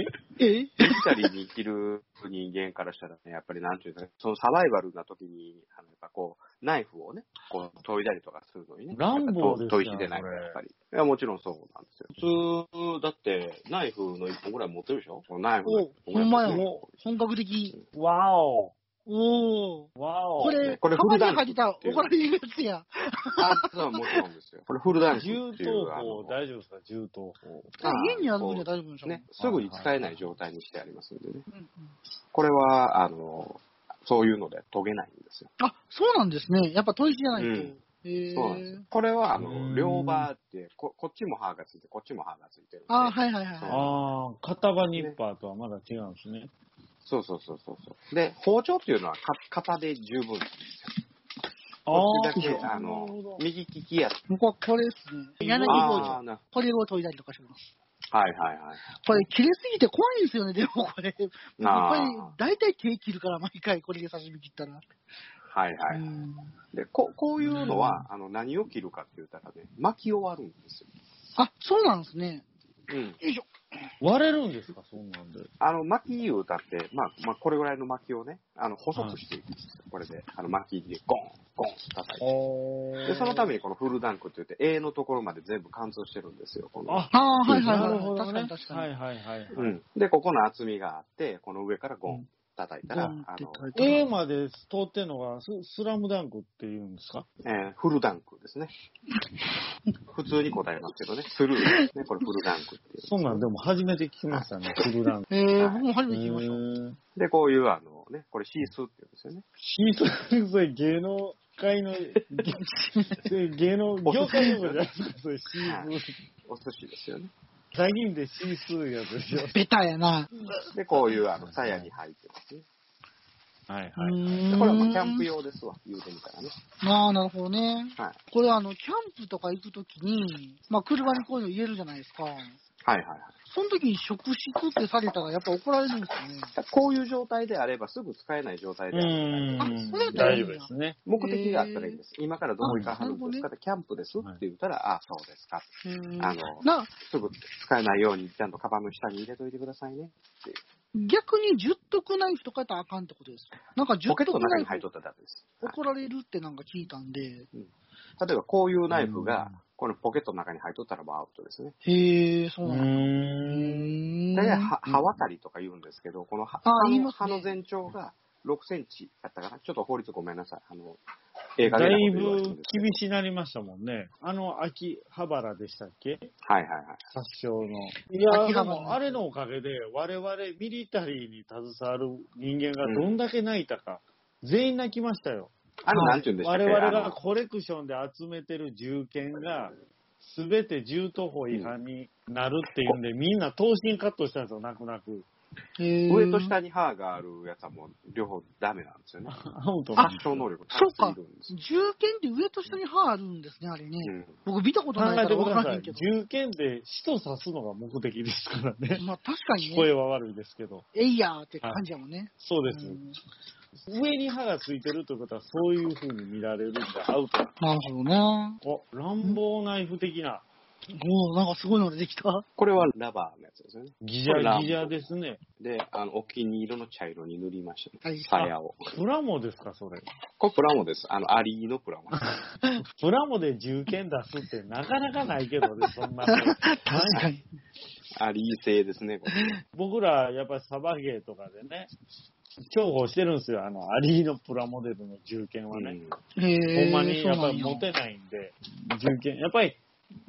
えミリタリーに生きる人間からしたらね、やっぱりなんていうんですかね、そのサバイバルな時に、あのやっぱこう、ナイフをね、こう、研いだりとかするのにね。乱暴ですよやっぱ研いでないから、やっぱり。いや、もちろんそうなんですよ。普通、だって、ナイフの一本ぐらい持ってるでしょこのナイフの一お、本ぐほらいんまや持ってる。本格的。わおおお。わおこれ、これ釜に普段入ったら怒られるやつや。あ、そう、もちろんですよ。これフルダンス銃ってい刀う。あ法、の大丈夫ですか銃刀法。あー家にある分には大丈夫でしょ。ね、すぐに使えない状態にしてありますんでね。うんうんこれは、あの、そういうので研げないんですよ。あ、そうなんですね。やっぱ砥石じゃないと。うんへえそうなんですよ。これは、あうの、ん両刃ってこ、こっちも刃がついて、こっちも刃がついてるんで。あーはいはいはい。そうはああ、片刃ニッパーとはまだ違うんですね。そうそうそうそうそう。で、包丁っていうのは、か型で十分なんですよ。こっちだけ、あの、右利きやつ。い僕はこれですね。柳包丁。あーなこれを研いだりとかします。はいはいはい。これ、切れすぎて怖いんですよね、でもこれ。やっぱりあ、大体手切るから、毎回これで刺身切ったら。あ、はいはうい。んで、ここういうのは、あの、何を切るかって言ったらね、巻き終わるんですよ。あ、そうなんですね。うん。よいしょ。割れるんですか、そんなんで。あの、巻き言うたって、まあ、まあ、これぐらいの巻きをね、あの、細くしていくんですよ。これで、あの、巻きでゴン、ゴンと叩いて。で、そのためにこのフルダンクって言って、A のところまで全部貫通してるんですよ。このあ、ああ、はいはいなはいる。ほど確かねに。確かはいに。はいはい。うん。で、ここの厚みがあって、この上からゴうンん叩いたら、ゴンっあての、書いて A あるまで通ってんのがススラムダンクっていうんですかえーフルダンクですね。普通に答えますけどね、スルーですね、これフルダンクっていう。そんなんでも初めて聞きましたね、フルダンク。えー、僕も初めて聞きました。で、こういうあのね、これシースーって言うんですよね。シート先生、芸能界の、芸芸能、業界用語じゃないですか、それ、シーズお寿司ですよね。ー。大銀でシースーやつでしょ。ベタやな。で、こういうあの、鞘に入ってますね。はいこでれこれはもうキャンプ。用ですわ、言うてみたらね。ああ、なるほどね。はい。これあの、キャンプとか行くときに、まあ、車にこういうの入れるじゃないですか。はいはいはい。その時に食質ってされたら、やっぱ怒られるんですよね。こういう状態であればすぐ使えない状態であればんあそれだったらい大いん丈夫だですね。目的があったらいいんです。今からどこ行かはるんですかって、キャンプですって言ったら、ああ、そうですか。うんあのな、すぐ使えないように、ちゃんとカバンの下に入れといてくださいね。逆に十徳ナイフとかやったらあかんってことですかなんか十ポケット徳の中ナイに入っフとったらダメです。はい怒られるってなんか聞いたんで。例えばこういうナイフうがん、このポケットの中に入っとったらもうアウトですね。へえ、そううーなんだ。うーん。ん大体は刃渡りとか言うんですけど、この刃あ刃言いのます刃ねの全長が6センチだったかな。ちょっと法律ごめんなさい。あの、映画だでい言われてるぶんですけど厳しなりましたもんね。あの、秋葉原でしたっけはいはいはい。殺傷の。いやや、秋で葉原も、あれのおかげで、我々ミリタリーに携わる人間がどんだけ泣いたか、全員泣きましたよ。あの、はいなんて言うんでしたっけ我々あがのコレクションで集めてる銃剣が、すべて銃刀法違反になるっていうんで、みんな頭身カットしたんですよ、泣く泣く。上と。へー下に歯があるやつはもう両方ダメなんですよね。アウト殺傷能力高すぎるんですよ。銃剣って上と下に刃あるんですね、あれね。うん僕見たこと考ないかえてらく分だかさらへんい。けど。銃剣で死と刺すのが目的ですからね。まあ確かに聞こえね、は悪いですけど。えいやーって感じやもんね。そうですう。ん上に歯がついてるということは、そういう風に見られるんでアウト。なるほどな。お、乱暴ナイフ的な、おおなんかすごいのができた。これはラバーのやつですよね。ギジャギジャですね。で、あの、お気に入りの茶色に塗りましたはいね。鞘を。プラモですか、それ。これプラモです。あの、アリーのプラモです。プラモで銃剣出すってなかなかないけ [LAUGHS] どね、そんなの。確かに。アリー製ですね、これ。僕ら、やっぱりサバゲーとかでね、重宝してるんですよ、あの、アリーのプラモデルの銃剣はね。へほえ。んまに、やっぱりそうな持んてないんで、銃剣。やっぱり、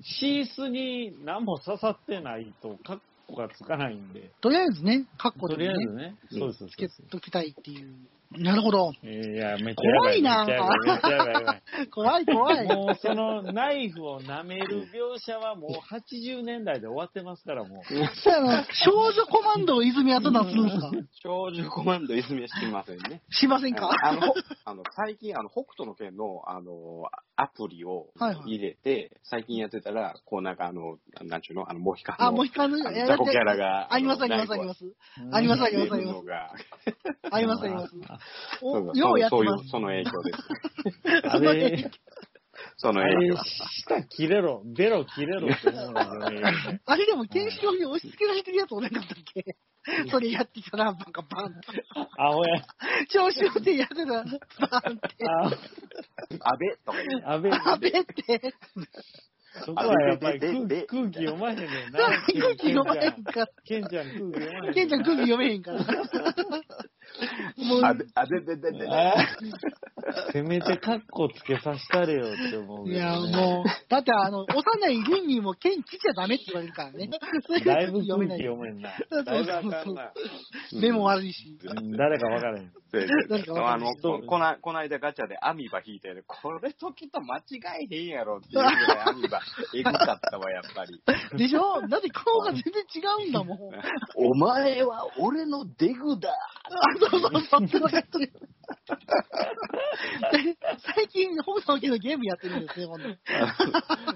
シースに何も刺さってないと、カッコがつかないんで、とりあえずね、カッコとでりあねえ、ずね、うんそうそうつそうけそう。ときたいっていう。なるほど。いや、めっちゃ怖いなやばめっちゃやばい、めっちゃやばいやばい。怖い怖 [LAUGHS] い。もうそのナイフを舐める描写はもう80年代で終わってますから、もう。そうやな少女コマンド泉はどんなんするん [LAUGHS] ですか少女コマンド泉はしてませんね。しませんかあの、ほあの最近、あの、北斗の拳の、あの、アプリをはいはい入れて、最近やってたら、こうなんかあの、なんちゅうの、あの、モヒカンのあ、もう一回のあの雑魚キャラがありますありますあります。ありますありますあ出りるまのが、す。ありますあります。そうおそうようやってそういまう、その影響です。あれ、そのあ影れ響。、舌切れろ、ベロ切れろって思うんだよね。す。あれでも、検証に押し付けられてるやつおらんかったっけそれやってたら、バンカバンって。あ、ほや、調子乗ってやってたら、バンって。安倍とか言うあ、安倍、あべって。そこはやっぱり空安倍でで空気読まへんねんな。空気読まへんん。から。ケンちゃん空気読まへん。ケンちゃん空気読めへんから。もう、安倍、安倍、安倍、安倍あせめてカッコつけさせたれよって思ういけど、ね。や、もう、だってあの、幼い軍にも剣切っちゃダメって言われるからね。それだいがぶ空読め気ない。読めんな。そうだそいうぶあかそんうな。そう。目も悪いし。誰かわからへん。なんかわあかんなのいここなこの間ガチャでアミバ引いてる、これ時と間違えへんやろっていうぐらいアミバ、えぐかったわ、やっぱり。でしょだって顔が全然違うんだもん。お前は俺のデグだあ、そうそうそう、そんな感じ。最近、北斗の拳のゲームやってるんですね、今度。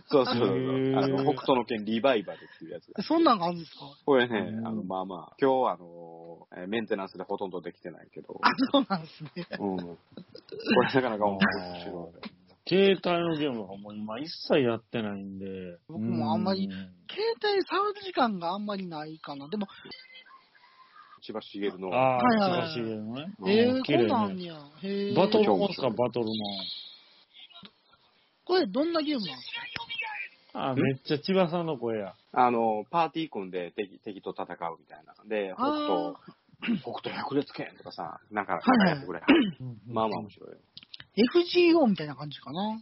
そうそうそうそうへーあの、北斗の剣リバイバルっていうやつが。そんなんがあるんですかこれねう、んあの、まあまあ、今日あの、えーメンテナンスでほとんどできてないけど、あ、そうなんですね。うん。これなかなか面白い。携帯のゲームはもう今一切やってないんで。僕もあんまりう。携帯触る時間があんまりないかな。でも、千葉茂の、あはいはいあ、はい難しいけどね。うんえうんー、綺麗こねんなんあんねや。へーバトルモンすか、バトルモン。これどんなゲームなんですかあー、めっちゃ千葉さんの声や。あの、パーティー組んで敵敵と戦うみたいな。で、北あ斗、北斗百裂拳とかさ、なんか、いなはいんかやってくれ。まあまあ面白いよ。 FGO みたいな感じかな。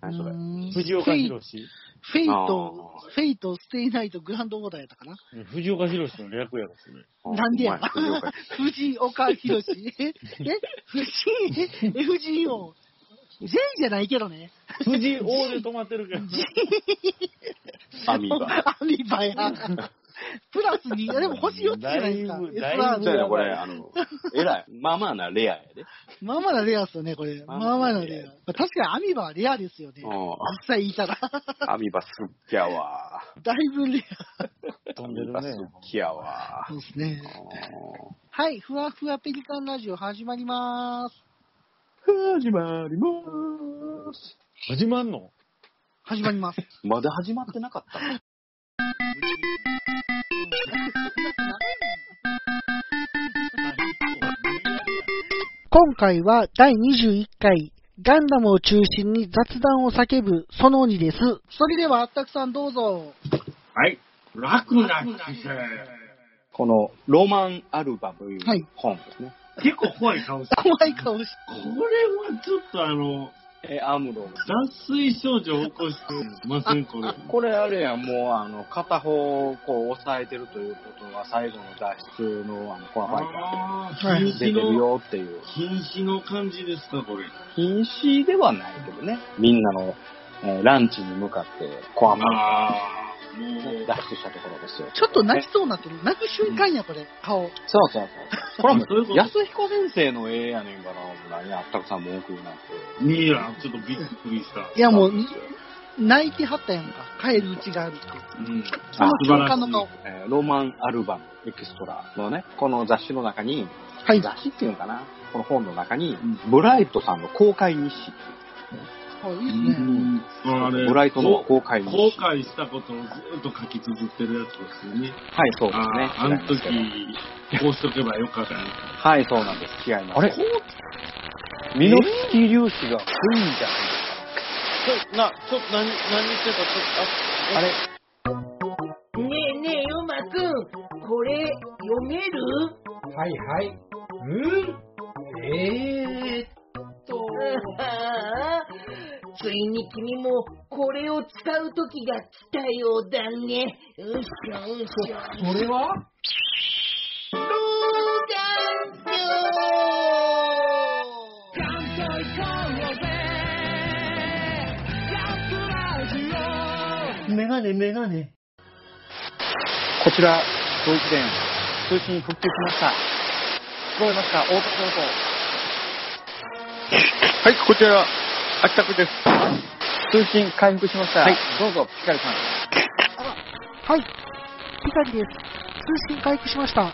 何それう。ーん藤岡弘志フェイトあ、フェイト、ステイナイト、グランドオーダーやったかな。藤岡弘志の略やろ、それ。あなんでやお前藤岡 [LAUGHS] 藤岡弘志。え、藤井、FGO。全じゃないけどね。藤王で止まってるけど。アミーバ。 [LAUGHS] アミバや。 [LAUGHS] プラス2、でも星4つじゃないですか。だいぶ S だいぶワーそうドやな、これ、あの、えらい。まあまあな、レアやで。まあまあなレアっすよね、これ。ままああまあまあなレア。まあ確かにアミバはレアですよね。実う際いたら。 [LAUGHS] ん。アミバすっきやわ。だいぶレ飛アんでミるバすね。っきやわア。そうですねう。んはい、ふわふわペリカンラジオ始まります。始まります。始まんの始まります。まだ始まってなかったの今回は第21回、ガンダムを中心に雑談を叫ぶその2です。それでは、あったくさんどうぞ。はい。楽な姿勢。この、ロマンアルバムというはい本ですね。結構怖い顔して。怖い顔しこれはちょっとあの、え、アムロ。脱水症状起こしてません、これ。これあれやん、もうあの、片方をこう押さえてるということは、最後の脱出のあの、コアファイタあはあ、いー瀕出死てるの、よっていう。瀕死の感じですか、これ。瀕死ではないけどね。みんなの、えーランチに向かって、コアファイああ、もターう。脱出したところですよ。ちょっと泣きそうになってる。泣く瞬間や、これ、顔。そうそうそう。これはもそういうこう、と安彦先生の絵やねんから、もう何あったくさん文句言うなんて。いや、ちょっとびっくりした。いや、もうう、ん、泣いてはったやんか。帰るうちがあるって。そあの素晴瞬らし間いの顔。えーロマンアルバムエクストラのね、この雑誌の中に、はい。雑誌っていうのかなこの本の中にん、ブライトさんの公開日誌。あいいですね。あれ、ブライトのこ公開日誌。後悔したことをずっと書き綴ってるやつですよね。はい、そうですね。ああ、あの時違いますけど、こうしとけばよかったね。はい、そうなんです。違います。あれこうミノフスキー粒子がいいんじゃないちょ、な、ちょ、何、何言ってたちょあれねえねえ、うまくん、これ、読めるはいはい。うんえーっと、ああ [LAUGHS] ついに君も、これを使う時が来たようだね。うっしょうっしょ。それはローガンこちら、ドイツ電、通信復旧しました。聞こえますか大阪放送。はい、こちら、秋田区です。通信回復しました。はい、どうぞ、ピカリさん。はい。ピカリです。通信回復しました。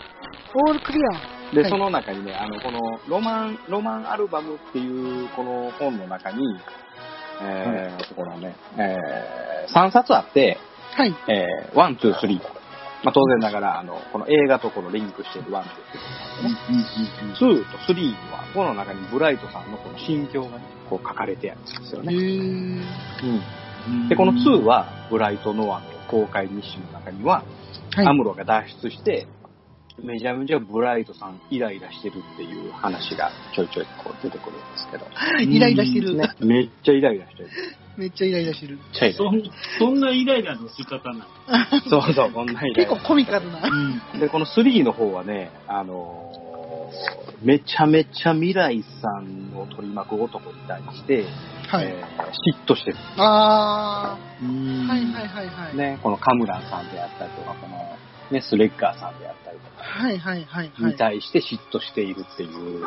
オールクリア。で、はいその中にね、あの、この、ロマン、ロマンアルバムっていう、この本の中に、えー、ところね、えー、3冊あって、はい。えー、1、2、3。まあ、当然ながら、あの、この映画とこのリンクしてる1、2、3。2と3には、この中にブライトさんのこの心境がね、こう書かれてあるんですよへね。ー。で、この2は、ブライト・ノアの公開日誌の中には、はいアムロが脱出して、めちゃめちゃブライトさんイライラしてるっていう話がちょいちょいこう出てくるんで [LAUGHS] すけど。イライラしてる。ね、めっちゃイライラしてる。めっちゃイライラしてる。めっちゃイライそんそんなイライラの仕方なラそうそう、こんなイライ結ラ構。コミカルな。の。うん。で、この3の方はね、あのーめちゃめちゃ未来さんを取り巻く男に対して、はい。えー嫉妬してるあうんー、はいはいはいはい。ね、このカムランさんであったりとか、この、ね、スレッガーさんであったりとか、はいはいはいはい。に対して嫉妬しているっていう、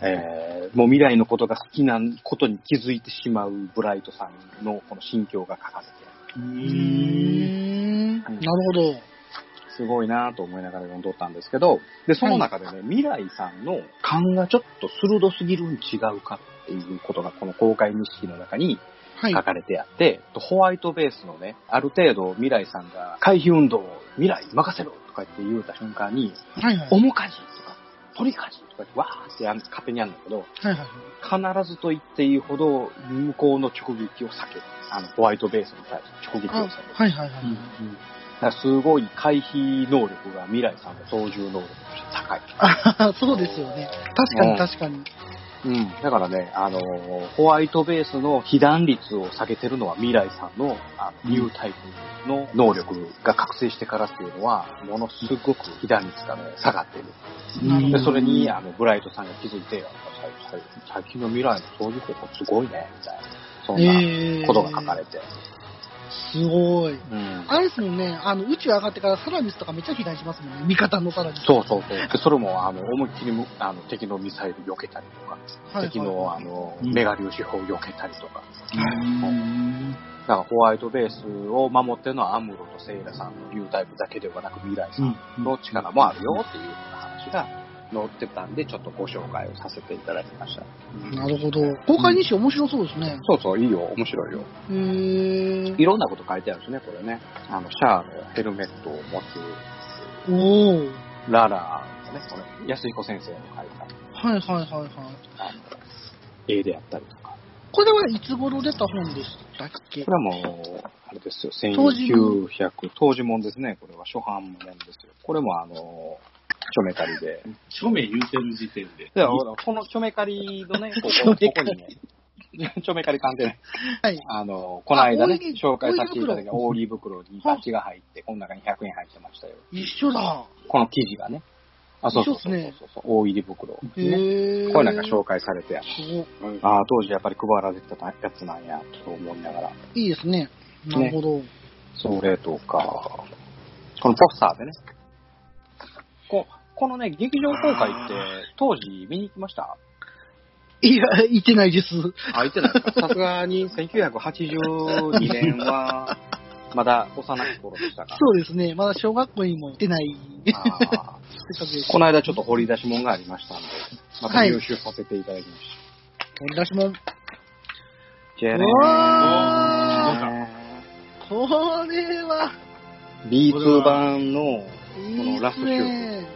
えーもう未来のことが好きなことに気づいてしまうブライトさんのこの心境が書かれてあううーん。ん。なるほど。る、すごいなぁと思いながら読んどったんですけど、で、その中でね、未来さんの勘がちょっと鋭すぎるん違うかっていうことが、この公開日記の中にはい。書かれてあって、ホワイトベースのね、ある程度未来さんが回避運動を未来に任せろとかって言うた瞬間に、はいはい。重かじとか、取りかじとかってわーってやん勝手にやるんだけど、はいはい。必ずと言っていいほど向こうの直撃を避ける。あの、ホワイトベースに対して直撃を避ける。はいはいはい。だからすごい回避能力が未来さんの操縦能力として高い。あそうですよね。確かに確かに。うん。だからね、あのーホワイトベースの被弾率を下げてるのは未来さんの、あの、ニュータイプの能力が覚醒してからっていうのは、ものすごく被弾率がね、下がってる。なるほで、ど。それに、あの、ブライトさんが気づいて、最近、最近の未来のそういう方法すごいね、みたいな、そんえなーことが書かれて。すごい。うん。あれですもんね、あの、宇宙上がってからサラミスとかめっちゃ被弾しますもんね。味方のサラミス。そうそうそう。で、それも、あの、思いっきりむ、あの、敵のミサイル避けたりとか、はいはい敵の、あの、うんメガ粒子砲避けたりとか。うんだから、ホワイトベースを守ってるのはアムロとセイラさんのニュータイプだけではなく、未来さんの力もあるよっていうような話が載ってたんで、ちょっとご紹介をさせていただきました。なるほど。公開日誌面白そうですね。そうそう、いいよ、面白いよ。へー。いろんなこと書いてあるんですね、これね。あの、シャアのヘルメットを持つ、おー。ララーのね、これ、安彦先生の書いた、はいはいはいはい。あの、絵であったりとか。これはいつ頃出た本でしたっけこれはもう、あれですよ、当時の1900、当時もんですね、これは初版もんですよ。これもあの、ちょめかりで。署名言うてる時点で。では、ほらこのちょめかりの [LAUGHS] ね、ここ、ここにね、 [LAUGHS] ちょめかり関係ない。はい。あの、この間ねあオーリ、ー紹介させていただいたオーリー袋にバッチが入って、この中に100円入ってましたよ。一緒だ。この生地がね。あ、そうそうそうそう一緒っそうそう、大入り袋。へねー。これなんか紹介されて、おああ、当時やっぱり配られてたやつなんや、と思いながら。いいですね。なるほど。それとか、このポスターでね。ここのね、劇場公開って、当時見に行きましたいや、行ってないです。あ、行ってないですかさすがに1982年は、まだ幼い頃でしたか。そうですね。まだ小学校にも行ってない。あーせっかくですこの間ちょっと掘り出し物がありましたんで、またはい入手させていただきまし取り出しもん。た。じゃあねうわーこれは、 B2 版のいこいのラでスすトシュね。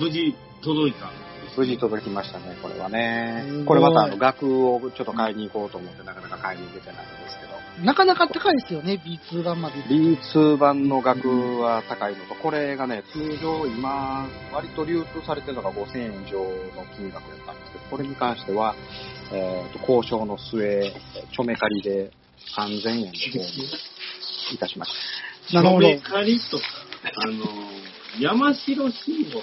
無事届いた。無事届きましたね、これはねすごい。これまたあの額をちょっと買いに行こうと思って、なかなか買いに行けてないんですなかなか高いですよね、B2 版まで。けど、B2 版の額は高いのと、これがね、通常今、割と流通されてるのが5000円以上の金額だったんですけど、これに関しては、えーと交渉の末、ちょめかりで3000円で購入いたしましなるほど。署名借りとか、あのー、山城慎吾さん。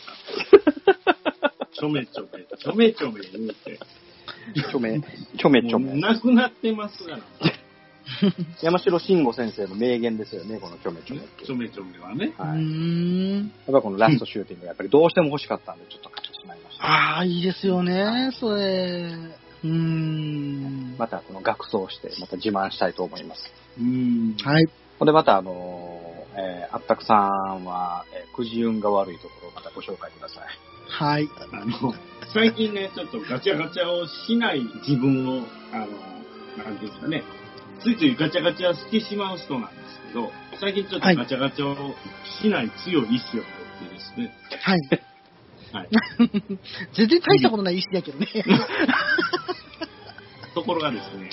ちょめちょめ、ちょめちょめ言うて。た。ちょめ、ちょめちょもうめ。なくなってますがな。山城慎吾先生の名言ですよね、このちょめちょめっていうちょめちょめはね。うはいーん。やっぱりこのラストシューティング、やっぱりどうしても欲しかったんで、ちょっと買ってしまいました。ああ、いいですよね、それ。うーん。またこの額装して、また自慢したいと思います。うん。はい。ほんでまたあのーえーあったくさんは、えーくじ運が悪いところをまたご紹介ください。はい。あの、最近ね、ちょっとガチャガチャをしない自分を、あの、なんていうんですかね、ついついガチャガチャしてしまう人なんですけど、最近ちょっとガチャガチャをしない強い意志を持ってですね、はい。はい。全然大したことない石だけどね。ところがですね、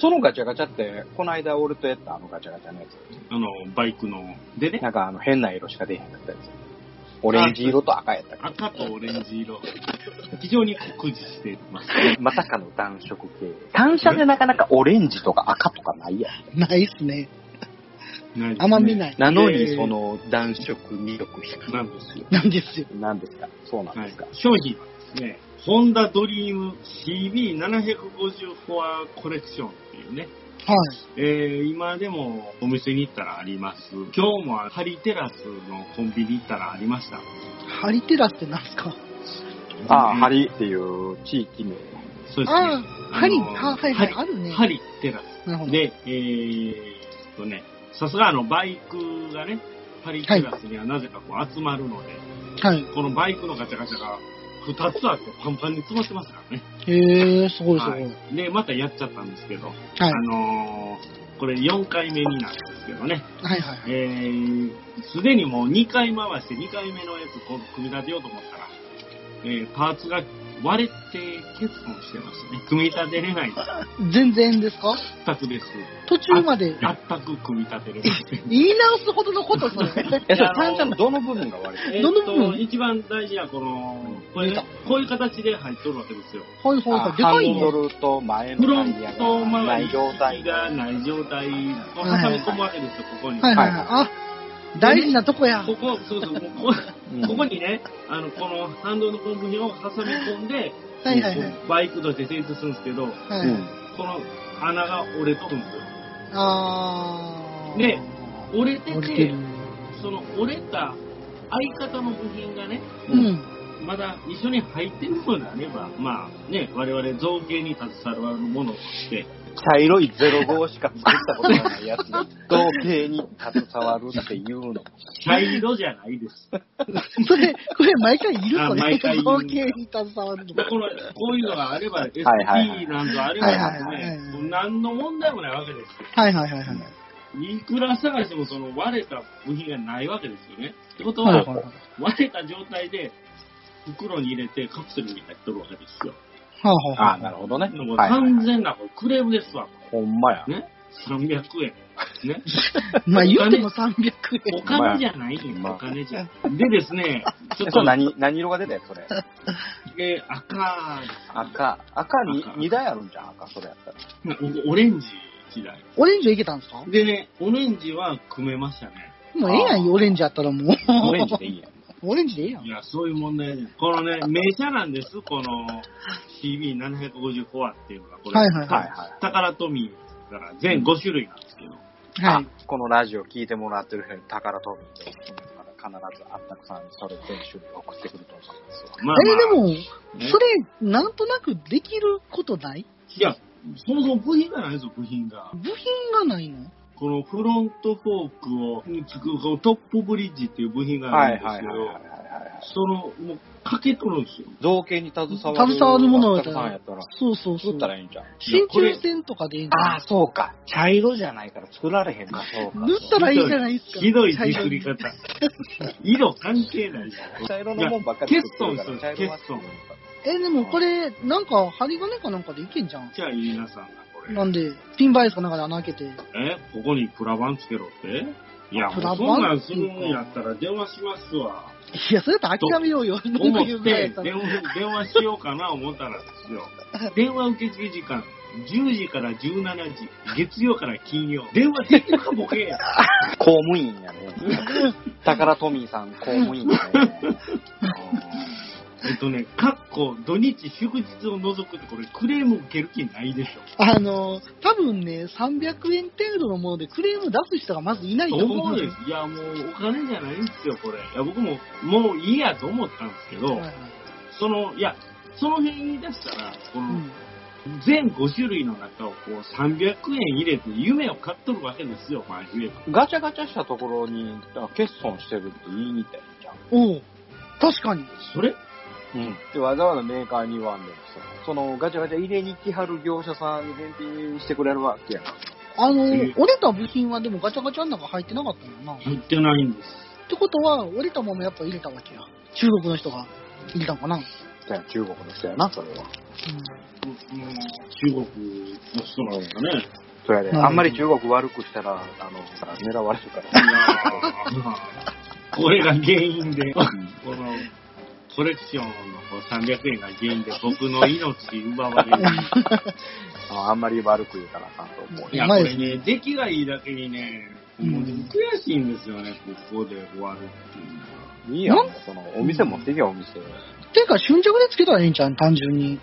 そのガチャガチャって、この間俺とやったあのガチャガチャのやつ。あの、バイクの、でねな、んかあの変な色しか出へんかったやつ。オレンジ色と赤やったか赤とオレンジ色。非常に酷似しています。ら。まさかの単色系。単車でなかなかオレンジとか赤とかないやん。ないっすね。ないですねあんま見ない。なのに、その暖色魅力低い。なんですよ。なんですよ。なんですかそうなんはでいすか、。商品はですね、ホンダドリーム CB750 フォアコレクションっていうね、はい。えー、今でもお店に行ったらあります。今日もハリテラスのコンビニ行ったらありました。ハリテラスってなんすかああ、うんハリっていう地域名。そうですね。ああ、ハリ、あのあはいはい、あるね。ハリテラなるほス。ど。で、えー、っとね、さすがあのバイクがね、ハリテラスにはなぜかこう集まるので、はい。このバイクのガチャガチャが2つあってパンパンに詰まってますからね。へえ、すごいすごい。は。はいい、で、またやっちゃったんですけど、あのーこれ4回目になるんですけどね、はいはいはい。えー、すでにもう2回回して2回目のやつこう組み立てようと思ったら、えー、パーツが割れて欠損してましたね。組み立てれない全然ですか全くです。途中まで全く組み立てれません。言い直すほどのことそれ。え、それあの単ー車のどの部分が悪いえどの部分ーっと、一番大事なこの、これね、こういう形で入っとるわけですよ。ほいほいあほい。でハかいンドね。ルと前フのロタンイヤトがな周いり状態。がない状態を挟み込むわけですよ、ここに。はいはいはい。あ、大事なとこや。ここ、そうそう、もうこうんここにね、あの、このハンドルのコンビニを挟み込んで、はいはいはい。バイクとして成立するんですけど、うはいん。この穴が折れとるんですよ。あー。で折れて折れててる、。その折れた相方の部品がね、ううんん。まだ一緒に入ってるのであれば、まあね、我々造形に携わるものとして、茶色い05しか作ったことがないやつが、同型に携わるっていうの。茶色じゃないです。それ、これ毎回いるあとね毎回い。る造形に携わるの。このこういうのがあれば、SP はいはいはいなんぞあればですはいはいはいねはいもう何の問題もないわけですよ。はいはいはいはい。いくら探してもその割れた部品がないわけですよね。ってことはいは、はいはい。割れた状態で袋に入れてカプセルに入っとるわけですよ。はあはあはあああ、なるほどね。もうはいはい完全なこれクレームですわ。ほんまや。ね ?300 円。 [LAUGHS] ね。まあ言うても300お円。金じゃないよ、まあお金じゃ。でで [LAUGHS] すね、ちえそょっれと、何、何色が出たやつそれ。えー赤赤。赤に赤2台あるんじゃん、赤、それやったら。 [LAUGHS] おオレンジ時代。オレンジはいけたんですかでね、オレンジは組めましたね。もうええやあん、ーオレンジやったらもう。オレンジでいいやん。オレンジでええやんい。や、そういう問題じゃない。このね、名車なんです、この CB750 フォアっていうのが、これ、はいはいはいはいはい。タカラトミーから全5種類なんですけど、はい。あこのラジオ聞いてもらってる人に宝トミーでから必ずあったくさんにそれ全種類送ってくると思うんですよ。まあ、まあ、え、でも、ねそれ、なんとなくできることないいや、そもそも部品がないんですよ、部品が部。品がないのこのフロントフォークを、につく、このトップブリッジっていう部品があはいるんではいはいすけど、はいはいはい。その、もう、かけとるんですよ。造形に携わる。携わるものあやっったたくさんやらったら、。そうそうそ作うっ。たらいいんじゃん。真鍮線とかでいいんじゃあなあ、いそうか。茶色じゃないから作られへんか、そうか。塗ったらいいじゃないですか。ひどい作り方。色関係ないじゃん。茶色のもんばっかり作ってるから。いや欠損する茶色は作るからえ、でもこれ、なんか、針金かなんかでいけんじゃん。じゃあ、皆さんがこれ。なんで、ピンバイスかなんかで穴開けて。えここにプラバンつけろっていや、もプうラバンそんなんするんやったら電話しますわ。いや、それやったら諦めようよ。文思句っ言うぐらいやてったら電話、電話しようかな思ったらですよ。電話受付時間、10時から17時、月曜から金曜。電話できるかボケや。公務員やね。宝トミーさん公務員やね。えっとね、かっこ土日祝日を除くってこれクレーム受ける気ないでしょ。あの、多分ね、300円程度のものでクレーム出す人がまずいないと思思ううんです。いや、もうお金じゃないんですよ、これ。いや、僕ももういいやと思ったんですけど、はいはいその、いや、その辺言い出したら、こうの、ん全5種類の中をこう300円入れて夢を買っとるわけですよ、まあ言えば。ガチャガチャしたところに、あ欠損してるって言いに行ったらいいじゃん。おう確かに。それうん。で、わざわざメーカーに言わんでもさ、そのガチャガチャ入れに来はる業者さんに返品してくれるわけやな。あの、え折れた部品はでもガチャガチャの中入ってなかったんだな。っ入ってないんです。てことは、折れたままやっぱ入れたわけや。中国の人が入れたのかな。うんだから中国の人やな、それは。うん中国の人なんですかね。それなるで、ほど [LAUGHS] あんまり中国悪くしたら、あの、さ狙われるから。いやーこれが原因で、このコレクションのこう300円が原因で僕の命奪われる。 [LAUGHS] ああんまり悪く言うたらあかんと思ういね。や、これね、出来がいいだけにね、うんもう悔しいんですよね、ここで終わるっていうのは。いいやん、その、お店持ってけよ、お店。ていうか、瞬着でつけたらええんちゃう単純に。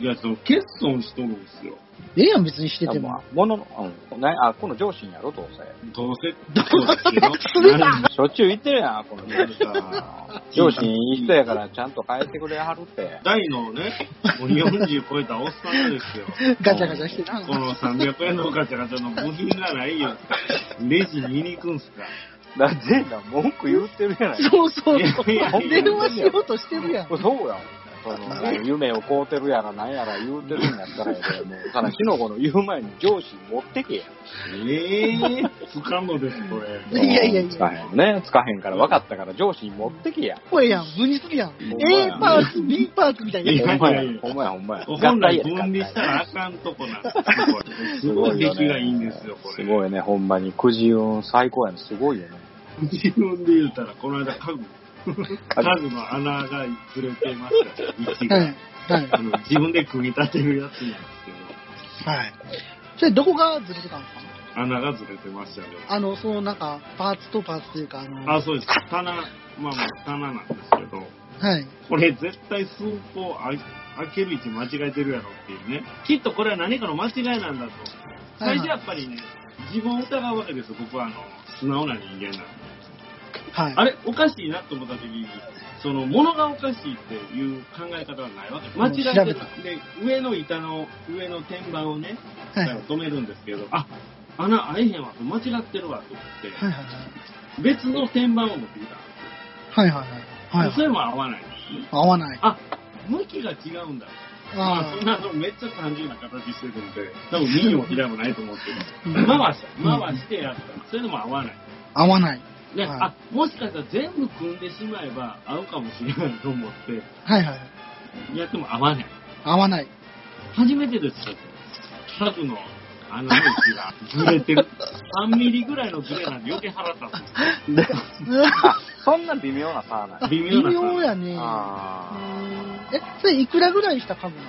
いや、その、欠損しとるんですよ。ええやん、別にしてても。もの、うん。なあ、この上司にやろ、どうせ。どうせ、どうせどうせなるんでしょっちゅう言ってるやん、この上 [LAUGHS] 司。上司いい人やから、ちゃんと変えてくれはるって。大のね、もう40超えたおっさんなんですよ。ガチャガチャしてな。この300円のガチャガチャの部品がないよ。レジ見に行くんすか。だ全然文句言ってるやない。そうそういやそう。いやいや電話しようとしてるやん。そうやん。その [LAUGHS] なんか夢を買うてるやらなんやら言うてるんやったらやで、もう、ただ、キノコの言う前に上司持ってけや。ええー、つかんのです、これ。いやいやいつやか。へんね。つかへんから分かったから上司に持ってけや。これやん、分離するやん。んまや A パーツ、B パーツみたいな。いほんやまや、ほんまや、ほんまや。 [LAUGHS] 本来分離合体したやらあかんとこなんですよこれ。すごい出来がいいんですよ、こすれ。ごいね、ほんまに。くじ運最高やね。すごいよね。自分で言うたら、この間家具、家具の穴がずれてましたよ、位置はがい。。はい。あの自分で組み立てるやつなんですはい。それどこがずれてたんですかけど、穴がずれてましたね。あの、そのなんか、パーツとパーツというか、あの、あ、そうです。棚、まあまあ棚なんですけど、はい。これ絶対スープを開ける位置間違えてるやろっていうね。きっとこれは何かの間違いなんだと。最初やっぱりね、自分を疑うわけですよ、僕はあの、素直な人間なんで。はい。あれおかしいなと思った時に、その、物がおかしいっていう考え方はないわけ。間違えてる調。で、上の板の、上の天板をね、はい。はい。止めるんですけど、あ、穴開いへんわ、間違ってるわ、と思っはい。て、別の天板を持ってきたんですよ。はい。はい。はい。そはい。れも合わない。合わない。あ、向きが違うんだ。まあ、あそんなのめっちゃ単純な形してるんで、多分右も左もないと思ってうる。ん回した。回してやった。それでも合わない。あ、合わない。ね、はいあ、もしかしたら全部組んでしまえば合うかもしれないと思って、はい。はい。やっても合わない。合わない。初めてですよ。家具の穴の位置がずれてる。3ミリぐらいのずれなんで余計腹立あ、そんな微妙な差なんつ。や。微 [LAUGHS] 微妙な妙差。やね。あうんえ、それいくらぐらいした家具な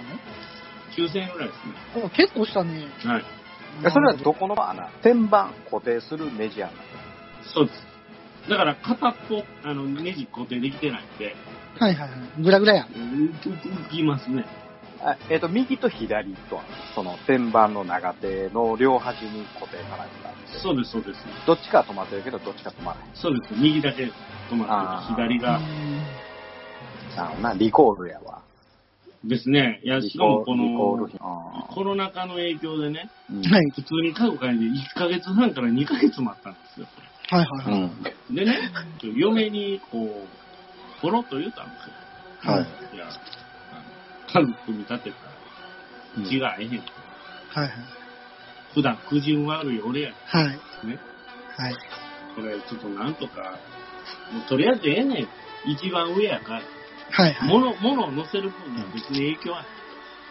9000円ぐらいですのあ結構したね。ね。はい。ー。それはどこの穴天板固定するネジ穴。そうです。だから片っぽ、あの、ネジ固定できてないんで、はいはいはい。ぐらぐらや。うん浮きますね。あえっ、と、右と左とは、その天板の長手の両端に固定かられたってそうです、そうです。どっちかは止まってるけど、どっちか止まらへん。そうです。右だけ止まってあーる。左が。あな、リコールやわ。ですね。いや、しリかもコこール、リコーのル、。あコロナ禍の影響でね、ーうんはい。普通に家具買いで1ヶ月半から2ヶ月待ったんですよ。はいはいはうい。ん。でね、嫁に、こう、ポロッと言ったんですはい。よ。いや、あの家具組み立てたら、うん字が合えへん。はい普段苦人悪い俺や。はい。はい。ねはい。これ、ちょっとなんとか、もうとりあえずええねん。一番上やから。はいはい。物、物を乗せる分には別に影響は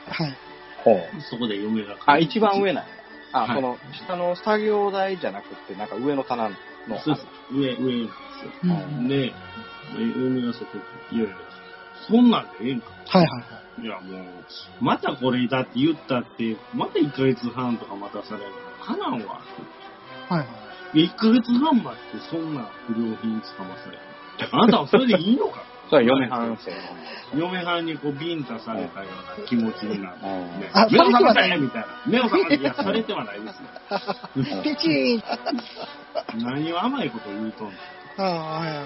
はい。ほう。ない。そこで嫁が買う。あ、一番上なんや。あ、はそいの、下の作業台じゃなくて、なんか上の棚の。そうです。上、上なんですよ。うんうんで、嫁がそこ、いやいや、そんなんでええんか。はいはい。いやもう、またこれだって言ったって、また1ヶ月半とか待たされるから、かなんわ。はいはい。 1ヶ月半待って、そんな不良品つかまされる。あなたはそれでいいのかそれは嫁反省。嫁はんにこう、ビンタされたような気持ちになって、ねあ、目を覚まされてはなせみたいな。目を覚ませいや、されてはないですね。ピチーン何を甘いこと言うとんああ、はいはいは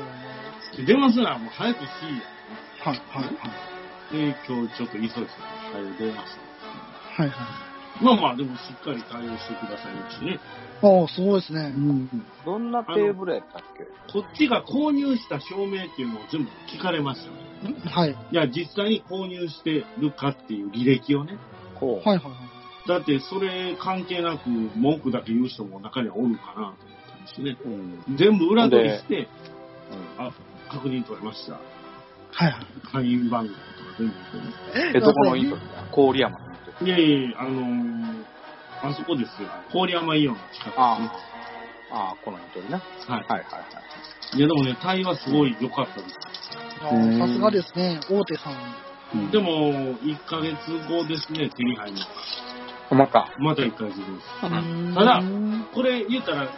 い。の。出ますな、もう早くしいや。はいはいで、今日ちょっと急いで、早く出ます。はい。はいはい。まあまあ、でもしっかり対応してくださいましね。おー、すごいですね。どんなテーブルやったっけこっちが購入した証明っていうのを全部聞かれましたね。はい。いや、実際に購入してるかっていう履歴をね。ほう。はいはいはい。だって、それ関係なく文句だけ言う人も中にはおるかなと思ったんですね。うんうん全部裏取りして、あ、確認取れました。はいはい。会員番号とか全部取れましえ、どこのイントリだ郡山のイントリ。た。いやいやいやあのーあそこですよ。郡山イオンの近くですねあ。ああ、この辺りな。はい。はいはいいや、でもね、タイはすごい良かったです。あーさすがですね、大手さん。はい。で、も、1ヶ月後ですね、手に入るの。また。また1ヶ月後です。うーんただこれ言うたら、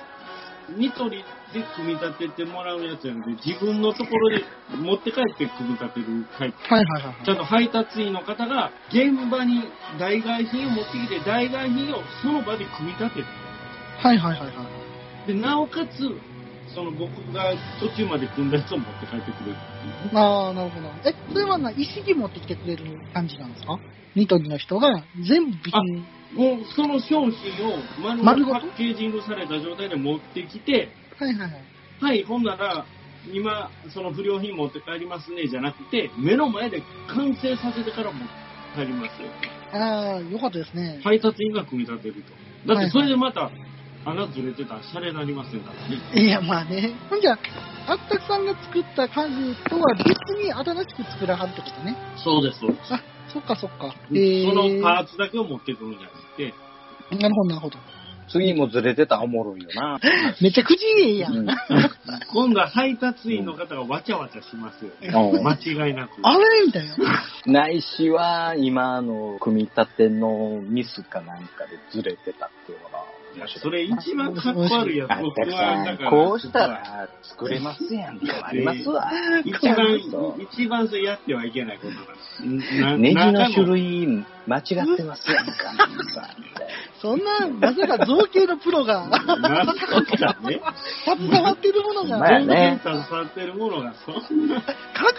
ニトリで組み立ててもらうやつやんで、自分のところで持って帰って組み立てるタイプ。はいはいはいちゃんと配達員の方が現場に代替品を持ってきて、代替品をその場で組み立てる。はい。はいはいはいはい。で、なおかつ、その僕が途中まで組んだやつを持って帰ってくれるっていう。ああ、なるほど。え、それはな、一式持ってきてくれる感じなんですかニトリの人が全部あ瓶。もうその商品を丸丸ごごととパッケージングされた状態で持ってきて、はいはいはい。はい、ほんなら、今、その不良品持って帰りますね、じゃなくて、目の前で完成させてから持って帰りますよ。ああ、よかったですね。配達員が組み立てると。だってそれでまた、穴ずれてたらシャレなりませんからね。いや、まあね。ほんじゃ、あったくさんが作った家具とは別に新しく作らはるってことね。そうです、そうです。あ、そっかそっか。そえーのパーツだけを持ってくるんじゃなくて、なるほど、なるほど。次もずれてたらおもろいよな。めちゃくちゃええやん。うん今度は配達員の方がわちゃわちゃしますよね。うん間違いなく。あれみたいな。ないしは、今の組み立てのミスかなんかでずれてたっていうのがいや面白い、それ一番かっこ悪いやつ。あ僕たくは、だかさん、ら。こうしたら作れますやんか。ありますわ。一そ番、う一番それやってはいけないことなんですなネジの何種回も類間違ってますやんか。さそんな、まさか造形のプロが、なんとかね。携わってるものまあが、全ね然携わってるものが、そんな。家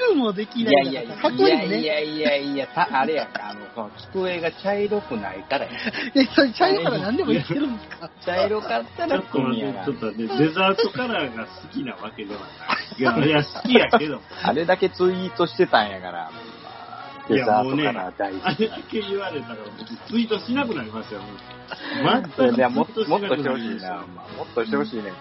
具もできいなやいいなやんいかかっこいいやねい。やいやいや、たあれやんか、あの、その机が茶色くないからやんえ、それ茶色から何でも言ってるんですか茶色かったちょらっと組待やって、なちょっとね、デザートカラーが好きなわけ [LAUGHS] ではない。いや、いや、好きやけど。あれだけツイートしてたんやから、デザートから大あ事れだけ言われたら、僕ツイートしなくなりますよ。もうそ全れくではもっツイとーもっなとくしてなほりしいましな、たまあ、もっとしてほしいねんけどな。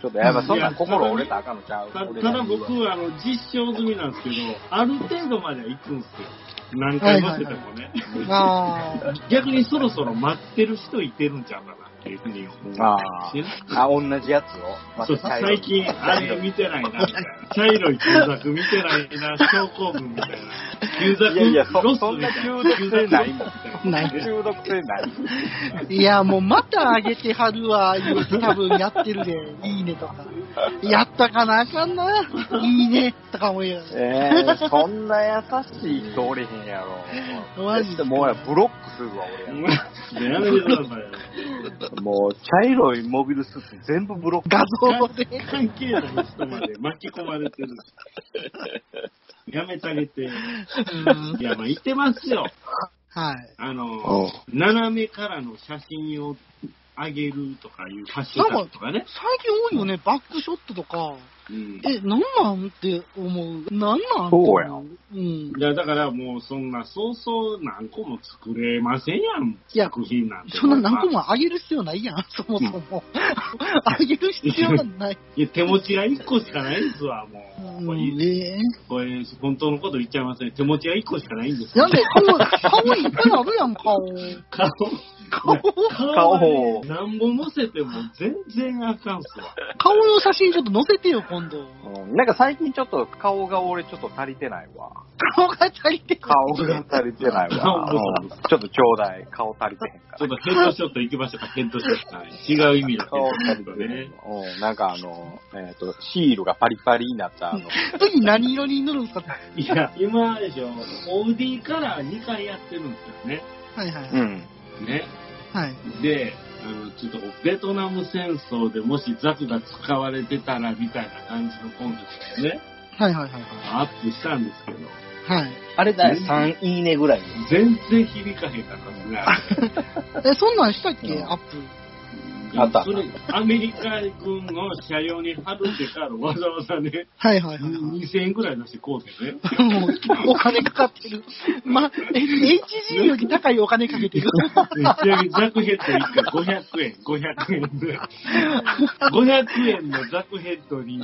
ちょっとやっぱそんなん心折れたらあかんのちゃうた俺たがだ言う僕わはあの実証済みなんですけど、ある程度までは行くんですよ。何回乗っててもね。ああ。逆にそろそろ待ってる人いてるんちゃうかなっていうふうに思うあしねあ、同じやつを。まそうた茶色い最近、あれ見てないな、みたいな。茶色い旧作見てないな、症候群みたいな。旧作いやいや、そロスそんみなたい中な。毒性ないもん。ない中毒性ない。いや、もうまたあげてはるわ、言うて多分やってるで、いいねとか。やったかなあかんな、いいねとか思いながら。 [LAUGHS] えー、そんな優しい人おれへんやろ。マジでもうや、ブロックするわ、俺いややめてくださいよ。や。もう、茶色いモビルスーツ全部ブロック。画像で。関係ない人まで巻き込まれてる。やめてあげて。いうんや、まあ、言ってますよ。はい。あの、斜めからの写真を上げるとかいうハッシュタグとかね。最近多いよね、バックショットとか。うんえ、なんなんって思う。なんなんってそうや思う。うん。いや、だからもうそんな、そうそう何個も作れませんやん。いや作品なんて。そんな何個もあげる必要ないやん、 [LAUGHS] そもそも。あげる必要がない。いや手持ちが1個しかないですわ、もうう。これ、ん、えーこれ本当のこと言っちゃいません。手持ちが1個しかないんですなよんで、顔、顔いっぱいあるやん、顔。顔、顔、顔はね、何本乗せても全然あかんっすわ。顔の写真ちょっと載せてよ、今度。うんなんか最近ちょっと顔が俺ちょっと足りてないわ。顔が足りてない。顔が足りてないわ。顔不うん足ちょっとちょうだい。顔足りてへんかちょっら。とヘッドショット行きましょうか、ヘッドショット。はい違う意味だ顔足りけてどへねん。。うん、なんかあの、えっ、と、シールがパリパリになった、あの、。次何色に塗るんすかはいや、今でしょ、OD カラー2回やってるんですよね。いはいうん。ね。はい。で、あの、ちょっとベトナム戦争でもしザクが使われてたらみたいな感じのコンセプトでね、はいはいはいアップしたんですけど、はい。はい。あれだよ、3いいねぐらい。全然響かへんかったですね。え、そんなんしたっけ、うんアップ。あったそれ、アメリカ軍の車両に貼るってからわざわざね、はいはいはい、はい。 2000円ぐらい出してこうてね。もうお金かかってる。ま、え HG より高いお金かけてる。ちなみにザクヘッド1回500円、500円ぐらい。500円のザクヘッドに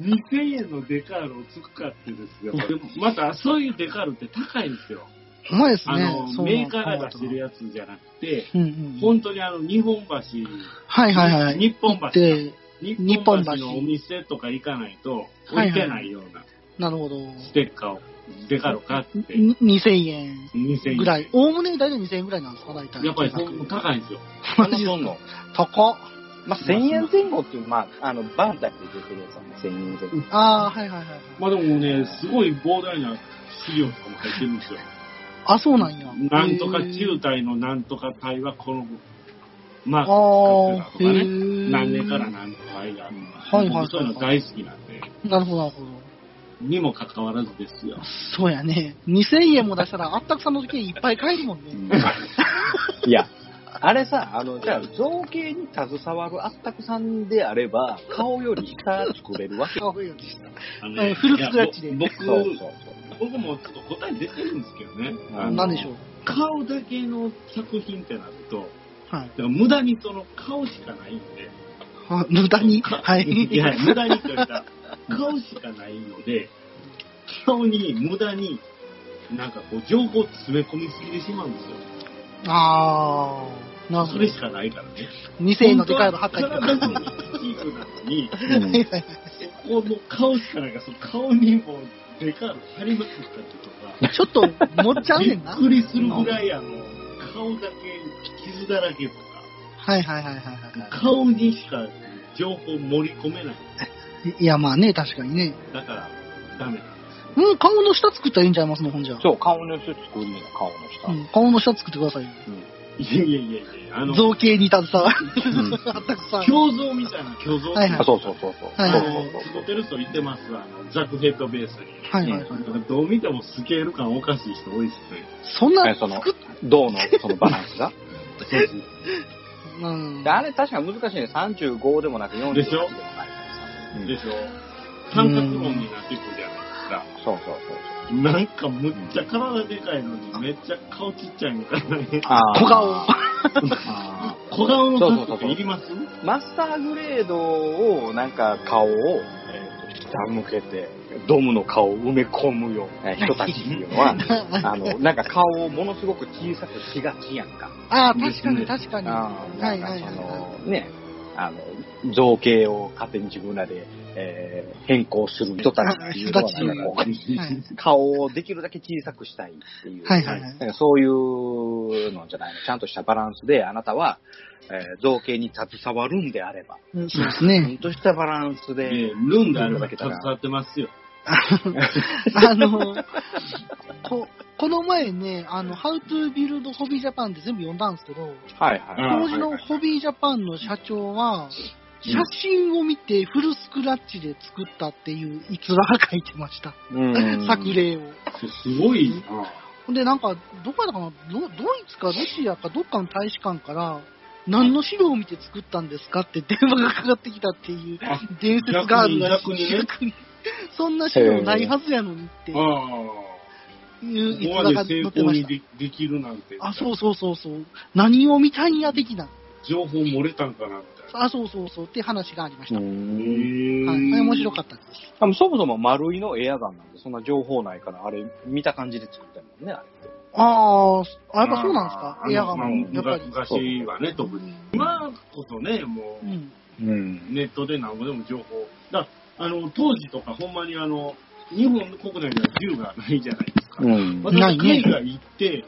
2000円のデカールを使ってですよ。でもまたそういうデカールって高いんですよ。ほんまですあの、ね。そうメーカーが出してるやつじゃなくて、うんうん。本当にあの、日本橋、はいはいはい。日本橋で、日本橋のお店とか行かないと、置いてないようななるほど。ステッカーを、デカロ買って、に2000円2000円。ぐらい。おおむね大体2000円ぐらいなんですか、大体。やっぱりそんな高いんですよ。マジですか。高っ。まあ、1000円前後っていう、まあ、あの、バンダイで出てるやつはね、1000円前後。ああ、はいはいはいはい。まあでもね、すごい膨大な資料とかも入ってるんですよ。あ、そうなんや。なんとか中中隊のなんとか隊はこの、まあ、ああ、使ってたとかね。ー何年から。何隊が。はいはいはい僕そういうの大好きなんで。なるほど、なるほど。にもかかわらずですよ。そうやね。2000円も出したら、あったくさんの時計いっぱい買えるもんね。いや、あれさ、あの、じゃあ、造形に携わるあったくさんであれば、顔より下作れるわけ。買うようにしたあのえフルスクラッチでいやぼそ僕うそう僕もちょっと答え出てるんですけどね。あのなんでしょう。顔だけの作品ってなると、はい [LAUGHS] だ。から無駄にその顔しかないんで、は無駄に。はい。いや、無駄にというか、顔しかないので、顔に無駄に、なんかこう、情報を詰め込みすぎてしまうんですよ。ああ、なるそほどれ。しかないからね。 2000円のでかいの8回体 [LAUGHS] はのキープなのに、そう。うんいはいそこの顔しかないから、その顔にもうでかいの貼りまくったりとか、ちょっと持っちゃうねんな。はびっいくりするぐらい、あの、顔だけ傷だらけとはいはいはいはか、顔にしか情報盛り込めない。い。いやまあね、確かにね。だから、ダメ。うん、顔の下作ったらいいんちゃいますの、ほんじゃ。そう、顔の下作るの、顔の下。うん、顔の下作ってくださいよ。いやいやいやいや、あの、造形に携わる。 [LAUGHS] うんあったくさん。胸像みたいな胸像はいはいあそうそうそうそう。はいあはいそうそうの、スコテルスト言ってます、あの、ザックヘッドベースに。はいはいはい。どう見てもスケール感おかしい人多いですね。そんなえその作っ、銅のそのバランスが。うん [LAUGHS] で。あれ確か難しいね。35でもなく48でしょでもないうんでしょ三角音になってくるじゃないですか。そうそうそう。なんかむっちゃ体でかいのにめっちゃ顔ちっちゃいみたいなね。あー小顔あ小顔の感覚いりますー [LAUGHS] マスターグレードを、なんか顔を、えーと下向けて、ドムの顔を埋め込むような人たちっていう [LAUGHS] のは、あの、なんか顔をものすごく小さくしがちやんか。ああ、確かに確かに。はあーいなはんいかはいそはの、ね、あの、造形を勝手に自分らで、えー変更する人たちっていうのはなんかこうい。はい顔をできるだけ小さくしたいっていう。はいはいはいなんかそういうのじゃないの。ちゃんとしたバランスで、あなたは、えー造形に携わるんであれば、うんそうですちゃね。んとしたバランスで、ええ、ルンであれば携わってますよ。 [LAUGHS] あの、こ、この前ね、あの、How to Build Hobby Japan って全部読んだんですけど、はいはい。あー当時のホビージャパンの社長は、写真を見てフルスクラッチで作ったっていう逸話が書いてました。うん作例を。すごいなほんで、なんか、どこやったかなド、ドイツかロシアかどっかの大使館から、何の資料を見て作ったんですかって電話がかかってきたっていうあ伝説があるらしい。逆に逆にね逆に [LAUGHS] そんな資料ないはずやのにっていうああ。逸話ここがま載で成って功ましにた。でできるなんて。あ、そうそうそうそう。何を見たんや的な。情報漏れたんかなみたいな。あ、そうそうそうって話がありましうた。へんーはい、面白かったです。多分そもそも丸いのエアガンなんで、そんな情報ないから、あれ、見た感じで作ってるもんね、あれって。ああ、あ、やっぱそうなんですかあエアガンまあも。やっぱり。昔はね、特に。今こそね、もうう、ん。うん。ネットでなんぼでも情報。だからあの、当時とかほんまにあの、日本国内には銃がないじゃないですか。うん。私ないね海外行って、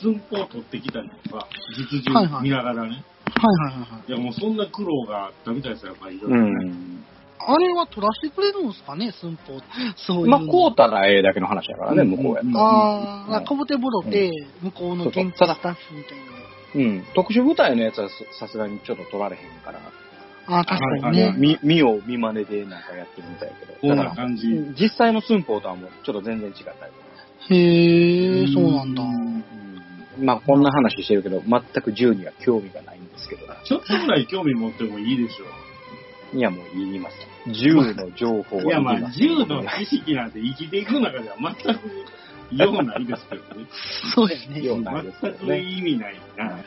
寸法取ってきたりとか、実はいは銃い見ながらね。はいはいはいはい。いや、もうそんな苦労があったみたいですよ、やっぱりいろいうろ。ん。あれは取らせてくれるんですかね寸法。そういうまの。あ、こうたらええだけの話やからね、向こうやったら。あうんあ、かぶてぼろで、向こうの現地スタッフみたいうん。特殊部隊のやつはさすがにちょっと取られへんから。な。ああ、確かにはいはいね。見、見よう見真似でなんかやってるみたいやけど。こんだなから、感じ。実際の寸法とはもうちょっと全然違ったり。へえ、そうなんだ。うん。まあこんな話してるけど、全く銃には興味がないんですけど、ちょっとぐらい興味持ってもいいでしょう。いやもう言います。銃の情報はいや、まりあ、銃の知識なんて生きていく中では全く用ないですけどね。そうやよね。うないです全よくね。意味ないな。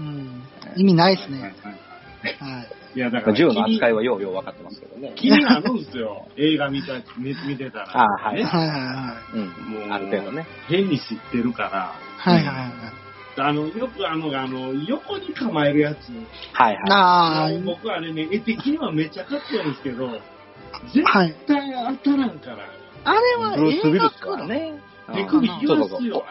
うん。意味ないでですね。。はい。いや、だかまあら、銃の扱いは。はようよう分かってますけど。よね。気になるんですよ。 [LAUGHS] 映画見た見見てたあら。あ、はい。はいはいはい。うん。もう、ある程度ね。変に知ってるから。はいはいはい。あの、よくあの、あの、横に構えるやつ。はいはい。ああ、僕あれね、絵的にはめっちゃかっこいいんですけど、絶はい。対当たらんから。あれはブルース・ウィ映ル画スかららね。ね。手うん首言わそうすそうそうよ。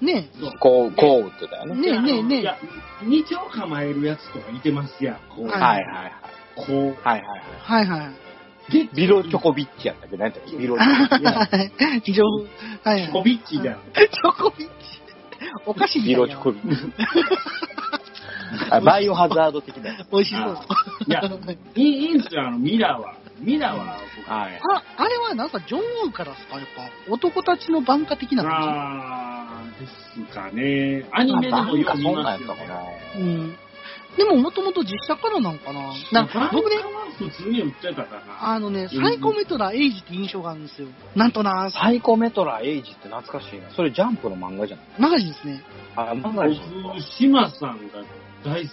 ねこう、こう打ってたよね。ねえねえねえいや、二丁構えるやつとかいてますやん。こう、ははいいはいはい。こはいはいははいはい。う。でい。ビロチョコビッチやったっけ何やったっけビロチョコビッチ。はい。 [LAUGHS] 情報はいはい。コビッチじゃん。チョコビッチ。お菓子みたビいロチなョ。コビッチ。あバイオハザード的なや美味しそう。[LAUGHS] いや、いいいいんですよ、あの、ミラーは。ミラーはつ。はい。ああれはなんかジョン・ウンからですかやっぱ男たちの番家的な僕。感あーですかね。アニあメでもよかくそ見んなまんすやよったか。な。じうん。でももともと実写からなんかななんか僕ね、普通に売ってたかな。あのね、サイコメトラエイジって印象があるんですよ。なんとなサイコメトラエイジって懐かしいな。それジャンプの漫画じゃないマガジンですね。あ、漫画でし僕、島さんが大好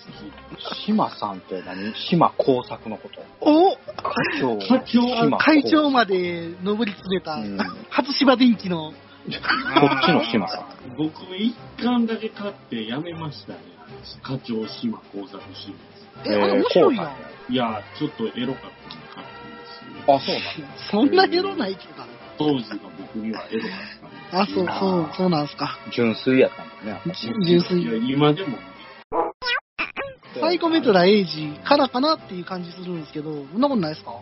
ょ。島さんって何島工作のこと。お課長島耕会長まで上り詰めた、うん [LAUGHS] 初芝電機の、き。こっちの島さん。僕、一巻だけ買ってやめましたね。課長島工作島。え、あれ面白い工な。作いや、ちょっとエロかったんで買ったんですよ、あ、そうそんなエロないけどな。当時の僕にはエロかったんですあ、そう、そう、そうなんすか。な。純粋やったんだね。純いや粋。、今でも、サイコメトラエイジからかなっていう感じするんですけど、そんなことないですか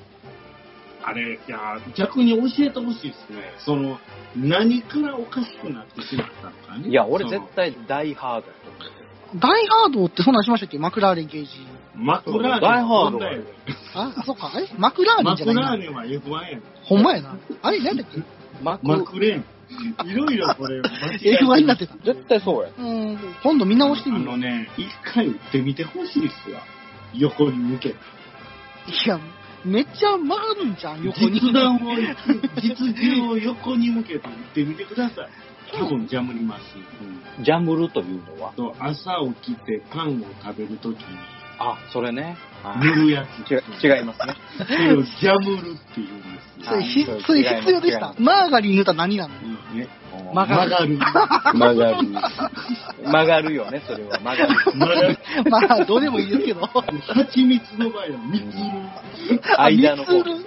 あれ、いや、逆に教えてほしいですね。その、何からおかしくなってしまったのかね。いや、俺そ絶の。対ダイハードやと思う。ダイハードってそんなんしましたっけマクラーレンゲージ。マクラーダイレハンードは問題やね。あ、あそっか。えマクラーレンマじクゃないラーなレンは F1 やね。ほんまやな。あれ、なんだっけマクマクレーン。いろいろこれ、間違え ?F1 になってた。う絶対そうや。ーん。今度見直してあみようの。ね、一回打ってみてほしいっすわ。横に向けて。いや、めっちゃ曲がるんじゃん、横に。実弾を、実銃を横に向けて打ってみてください。多分ジャムります。うんジャムルというのはと朝起きてパンを食べるときにあ、それね。は塗るやいつ。違違いますね。それをジャムるって言うんですそよ。れひそれ必要でした。マーガリン塗ったら何な [LAUGHS] のうんね、曲がる。る。曲がる。曲がるよね、それは。曲がる。曲がる。まあ、どうでもいいですけど。蜂蜜の場合は蜜間の方ですよね。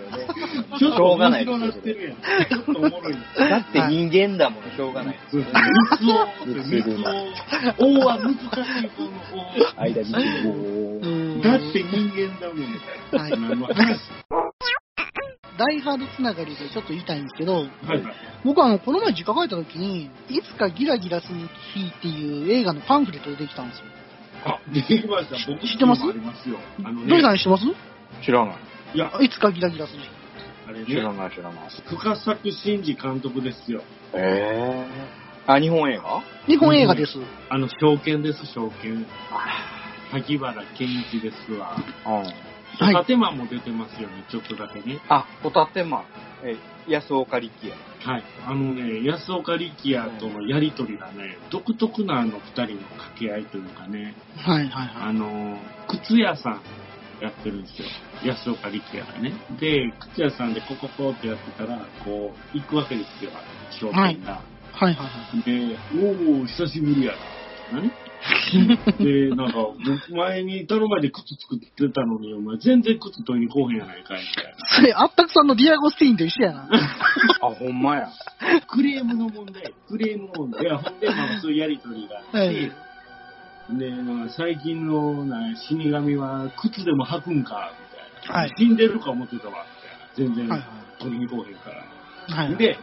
色。ちょっと面白なってるやん。ちょっとおもろい。だって人間だもん、しょうがない。蜜を、蜜を、王は難しい方の間見てうる。ん王。だって人間だもん。はい何の話ダイハードつながりでちょっと言いたいんですけど、はいはい。僕はあの、この前実家帰った時に、いつかギラギラする日っていう映画のパンフレットでできたんですよ。あ、できました。僕知ってますもありますよ。あのどれね、何してます知らない。いや、いつかギラギラする日。あれ知らね、ない、知らない。深作真嗣監督ですよ。ええ。あ、日本映画日本映画です。あの、証券です、証券。萩原健一ですわ。うん。はい建間も出てますよね、ちょっとだけね。あ、ホタテマン。え、安岡力也。はい。あのね、安岡力也とのやりとりがね、独特なあの二人の掛け合いというかね、はいはいはあの、靴屋さんやってるんですよ。安岡力也がね。で、靴屋さんでコココってやってたら、こう、行くわけですよ、商店が。い。はいはいはで、おお、久しぶりや [LAUGHS] な。ねで、なんか、僕前に頼まれて靴作ってたのに、お前全然靴取りに来おへんやないかい、みたいい。それ、あったくさんのディアゴスティーンと一緒やな。あ、ほんまや。な。クレームの問題、クレーム問題。いや、ほんで、まあ、そういうやりとりがあって、はいで、まあ、最近のな死神は靴でも履くんか、みたいな。はい死んでるか思ってたわ、みたいな。全はい然取りに来おへんから。はい。はい、で、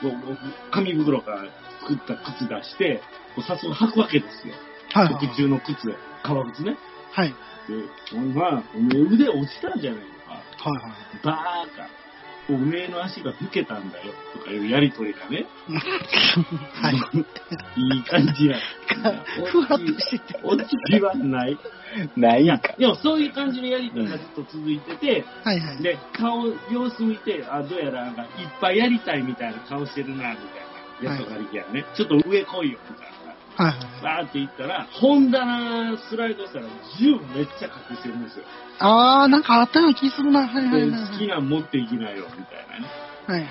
こうこう紙袋から作った靴出して、こう早速履くわけですよ。はいはい、特注の靴、革靴ね。はい。で、お前、おめえ腕落ちたんじゃないのか。はいはい。バーカ。おめえの足が老けたんだよ。とかいうやりとりがね、はい。いい感じや。ふわっとしてて。落ち気はない。ないやんか。でもそういう感じのやりとりがずっと続いてて、はいはい。で、顔、様子見て、あ、どうやらなんかいっぱいやりたいみたいな顔してるな、みたいな。やつがいやね、ちょっと上来いよ、みたいな。はいはい。バーって行ったら、本棚スライドしたら銃めっちゃ隠してるんですよ。あー、なんかあったような気するな。はいはいはいではい。好きなん持っていきなよ、みたいはなね。いはい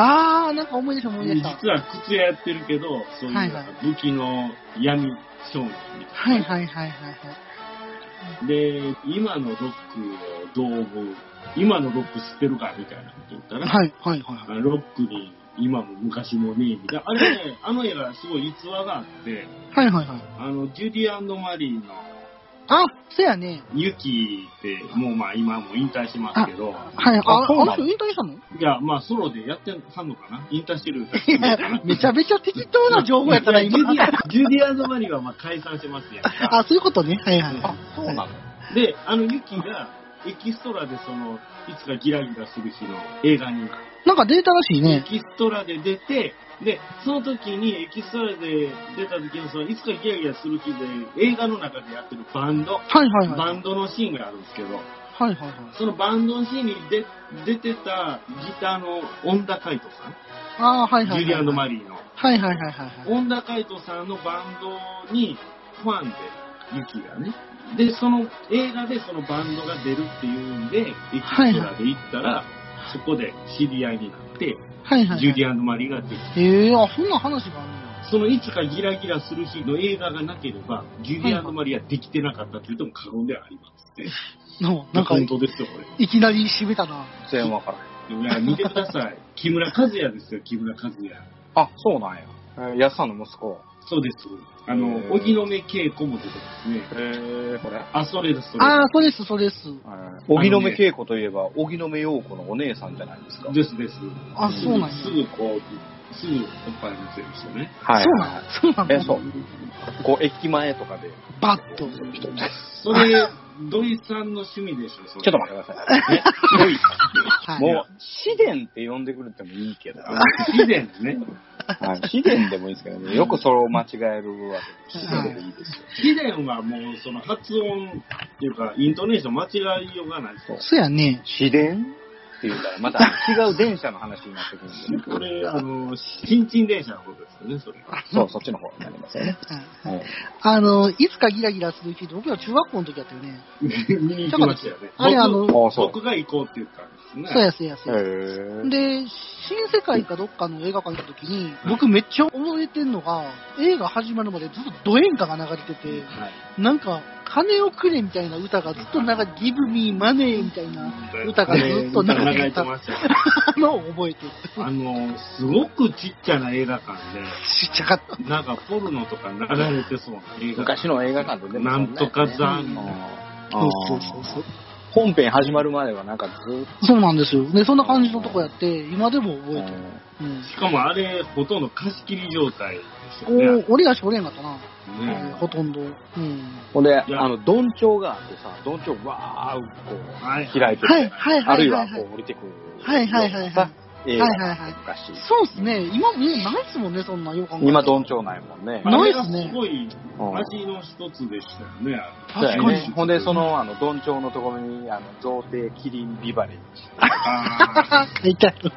あー、なんか思い出した思い出した。実は靴屋やってるけど、そういうなんか武器の闇商品みたはいはいはいはいはい。いな。で、今のロックをどう思う今のロック知ってるかみたいなこと言ったら、はいはいはいはい。ロックに今も昔もねえみたいな。あれ [LAUGHS] ね、あの映画すごい逸話があって、はいはいはい。あの、ジュディマリーのあ、そうやね。ユキって、もうまあ今もう引退してますけど、はい。あ、ああそうなのの人引退したのいや、まあソロでやってはんのかな引退してる歌いや、めちゃめちゃ適当 [LAUGHS] な情報やったらいやジ今。ュ [LAUGHS] ディアジュディアンドマリーはまあ解散してますやんかあ、そういうことね。はいはい。あ、そうなので、あのユキがエキストラでその、いつかギラギラする日の映画に、なんかデータらしいエね。キストラで出て、で、その時にエキストラで出た時のその、いつかギラギラする日で映画の中でやってるバンド、はいはいはい。バンドのシーンがあるんですけど、はいはいはい。そのバンドのシーンに出出てたギターの恩田海斗さん、あー、はいはいはい。ジュリアンド・マリーの。はいはいはいはいはい。恩田海斗さんのバンドにファンで、ユキがね。で、その映画でそのバンドが出るっていうんで、エキストラで行ったら、そこで知り合いになって、はいはい。ジュリアンド・マリーが出てきた。えー、あ、そんな話があるのそのいつかギラギラする日の映画がなければ、ジュリアンド・マリーはできてなかったと言っても過言ではありますね。のなんか、本当ですよ、これ。いきなり締めたな。全然わからへん。いや、見てください。 [LAUGHS] 木村和也ですよ、木村和也。あ、そうなんや。えーやっさんの息子。そうです。あのへ、ー荻野目恵子も出てますね。えー、これ。あ、それです、それあー、そうです、そうです。荻野目恵子といえば、荻野目洋子のお姉さんじゃないですか。です。ですです。あそうなんやすぐこう、すぐおっぱい見せる人ね。 [LAUGHS] はそうなのそうなのえ、そう。こう、駅前とかで。バッと。それ、土井さんの趣味でしょ、それ。ちょっと待ってください。ね、おいはい。もう、市電って呼んでくれてもいいけど、は以前ね。い、市電でもいいですけどね、よくそれを間違えるわけです。市電でいいですよ。以前はもう、その発音っていうか、イントネーション間違いようがないですよ。そうやね。市電って言うたら、また違う電車の話になってくるんでね。これ、あの、新陳電車のことですよね、それは。そう、そっちの方になりますよね。はいはい、あの、いつかギラギラする日って、僕ら中学校の時やったよね。見に行きましたよね。あれ、あ僕の、あそう。僕が行こうって言ったんですね。そうやそうやそうや。へで、新世界かどっかの映画館行った時に、僕めっちゃ覚えてんのが、映画始まるまでずっとド演歌が流れてて、はい。なんか、金をくれみたいな歌がずっと流れて、ギブミーマネーみたいな [LAUGHS] 歌がずっと流流れれてたてましたよ。のを覚えてる。あの、すごくちっちゃな映画館ちっちゃかった。で、なんかポルノとか流れてそうな映画館。昔の映画館で出てたなもんんねとか残うんあーそうそうそうそう。本編始まるまではなんかずーっそうなんですよ。で、そんな感じのとこやって、今でもと、覚えてる。うんしかもあれ、ほとんど貸し切り状態ですよね。お俺がしおれんかったな、ねほとんど。うん。ほんで、あいやの、どんちょうがあってさ、どんちょうわーっとこはいう開いてて、はい、 [LAUGHS] はい、はい。あるいははこいう降りてくるようなさ。はい、はい、はいはい。映画はいはいはい昔。そうですね。今もうないっすもんね、そんな、よう考えたら今、どんちょうないもんね。あれないっがすねすごいうん味の一つでしたよね、あそれうや確ねかに。ほんで、その、あの、どんちょうのところに、あの、贈呈キリンビバレッジ。 [LAUGHS] あ [LAUGHS] 書いてある。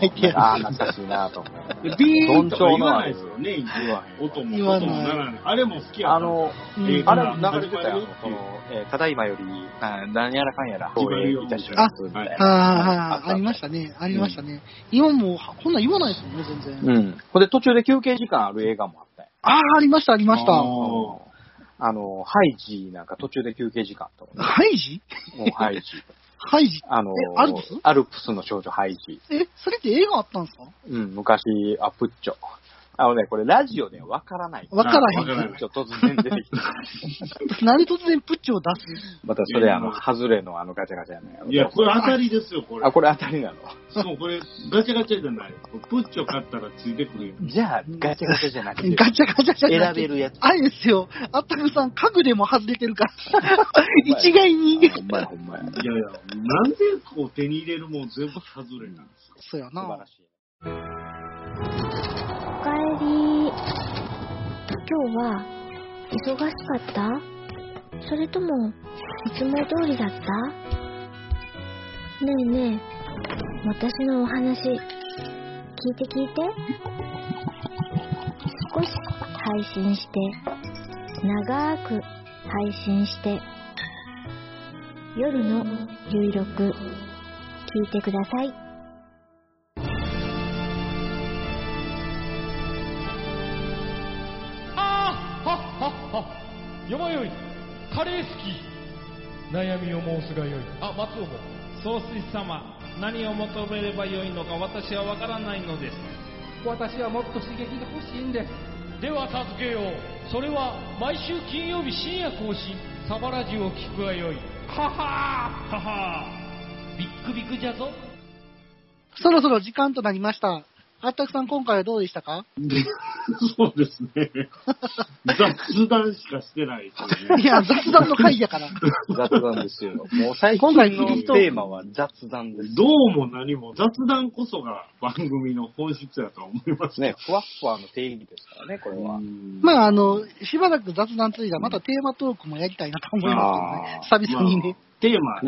書いてあああ、る。懐かしいなと思って。ー。でビーンとか言わないですよね、言わへん音も言音もわなないらない。あれも好きやったあの、うん映あ画れが流れてたよ。その、えーただいまより、あ何やらかんやら、始まるよいたしますみたいな。ああー、あありましたね。ありましたね。今もう、こんなん言わないですもんね、全然。うん。ほんで、途中で休憩時間ある映画もあったよ。ああ、ありました、ありました。あハーあの、ハイジなんか途中で休憩時間あったもんねイジもうハイジ。ハイジ。あのえ、アルプスアルプスの少女ハイジ。え、それって映画あったんですかうん、昔、アプッチョ。あのね、これラジオでわからない。わからへわかん。らア [LAUGHS] へプッチョ突然出てきた。なんで突然プッチを出すまたそれ、あの、ハズレのあのガチャガチャやねいや、これ当たりですよ、これあ、。これ当たりなの。しかもこれ、ガチャガチャじゃない。プッチョ買ったらついてくるよ。じゃあ、ガチャガチャじゃなくて、 [LAUGHS] ガチャガチャじゃなく選てべるやつ。あれですよ、あったくさん、家具でも外れてる [LAUGHS] から、一概に。ほんまや、ほんまや。いやいや、なんでこう手に入れるもん全部外れなん [LAUGHS] ですかそうや素晴なら。しい。おかえり。今日は忙しかったそれともいつも通りだったねえねえ、私のお話聞いて聞いて。少し配信して、長く配信して、夜のゆいろく、聞いてください。あはっはっはよまよいカレー好き悩みを申すがよいあ松尾も総帥様何を求めればよいのか私はわからないのです私はもっと刺激が欲しいんですでは助けようそれは毎週金曜日深夜更新サバラジュを聞くがよいははーははービックビックじゃぞそろそろ時間となりました。あったくさん、今回はどうでしたかそうですね。雑談しかしてないですよいね。や、雑談の回や [LAUGHS] から。雑談ですよ。もう最近今回のテーマは雑談です。どうも何も雑談こそが番組の本質だと思いま。ですすね。ふわっふわの定義ですからね、これは。あ、まあ、あの、しばらく雑談ついだら、またテーマトークもやりたいなと思いますけどね。久々にね。テーマ、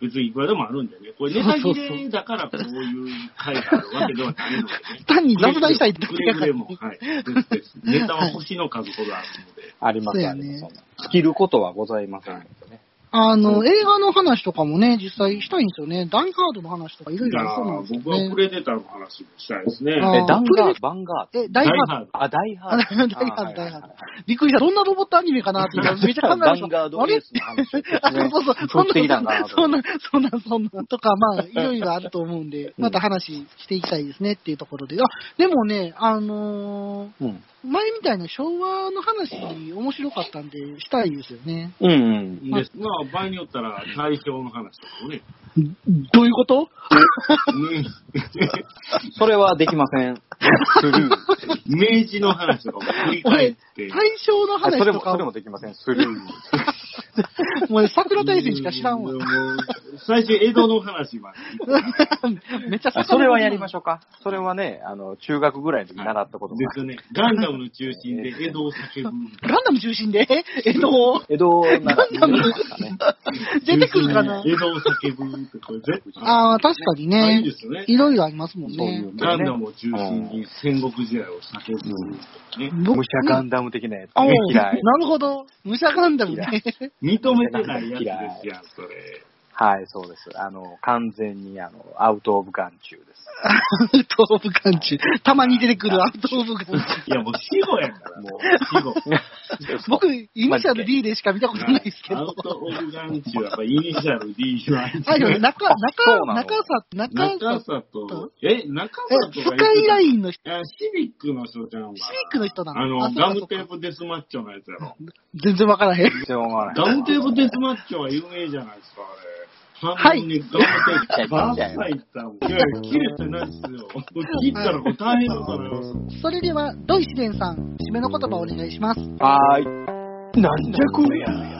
別にいくらでもあるんだよね。これネタ切れだからこういう回があるわけではないのでね。単に雑談したいだくけれやぐかれらも、はい。ですですネタは星の数ほどあるので。ありますそうあやりねます。尽きることはございませんのでね。あの、映画の話とかもね、実際したいんですよね。ダイハードの話とかいろいじろありゃそうなあんですよ僕はねプ。レデターの話もしたいですね。あーえ、ダンガー、バンガー。え、ダイハード。ード。あ、ダイハーあドダイ。ハード、ダイハード、ダイハード。びっくりした。どんなロボットアニメかなって、めっちゃ考えダました。ンガードあレれースの話ですあ、ね。そうそう、そん降ってきたんだな、なそんな、そんな、そんな、とか、まあ、いろいろあると思うんで、また話していきたいですねっていうところで。あ、でもね、あのーうん前みたいな昭和の話、面白かったんで、したいですよね。うんうん。でまあ、場合によったら、対象の話とかもね。どういうことそれはできません。スルー。明治の話とかも振り返って。対象のあ話そとれも、かそれもできません。スルー。もう桜大戦しか知らんわう。もう最初、江戸の話まで。めっちゃあそれはやりましょうか。それはね、あの、中学ぐらいの時に習ったことがですよね。ガンダムの中心で江戸を叫ぶ。う。ガンダム中心でえっと、江戸なんか出てきますかね。出てくるかな江戸を叫ぶって、これ絶対。ああ、確かにあいいねで。すよね。いろいろありますもんそういねう。のガンねダ。ムを中心に戦国時代を叫ぶ。ね、僕武者ガンダム的なやつあおね。う嫌い。なるほど。武者ガンダム [LAUGHS] ね。認めてないやつですやん、それ。はい、そうです。あの、完全に、あの、アウトオブガン中です。アウトオブガン中。たまに出てくるアウトオブガン中。いや、もう死後やから、もう死後。僕、イニシャル D でしか見たことないですけアウど。ト・オブ・ガンチはやっぱイニシャル D は。あ、でも中、そう中、なの中さ、中中さ、里、え、中え、里スがカイラン。インの人、シあシビックの人ちゃんは。ビックの人なのあの、そうかガそうムかテープデスマッチョのやつやろ。全然わからへん。必要がない。ガムテープデスマッチョは有名じゃないですか、あれ。はい半分にガムテープ、バはーいサイったもん。いやいや、切れてないっすよ。もう切ったらもう大変だと思います。それでは、ドイシデンさん、締めの言葉をお願いします。はーい。なんじゃこりゃ。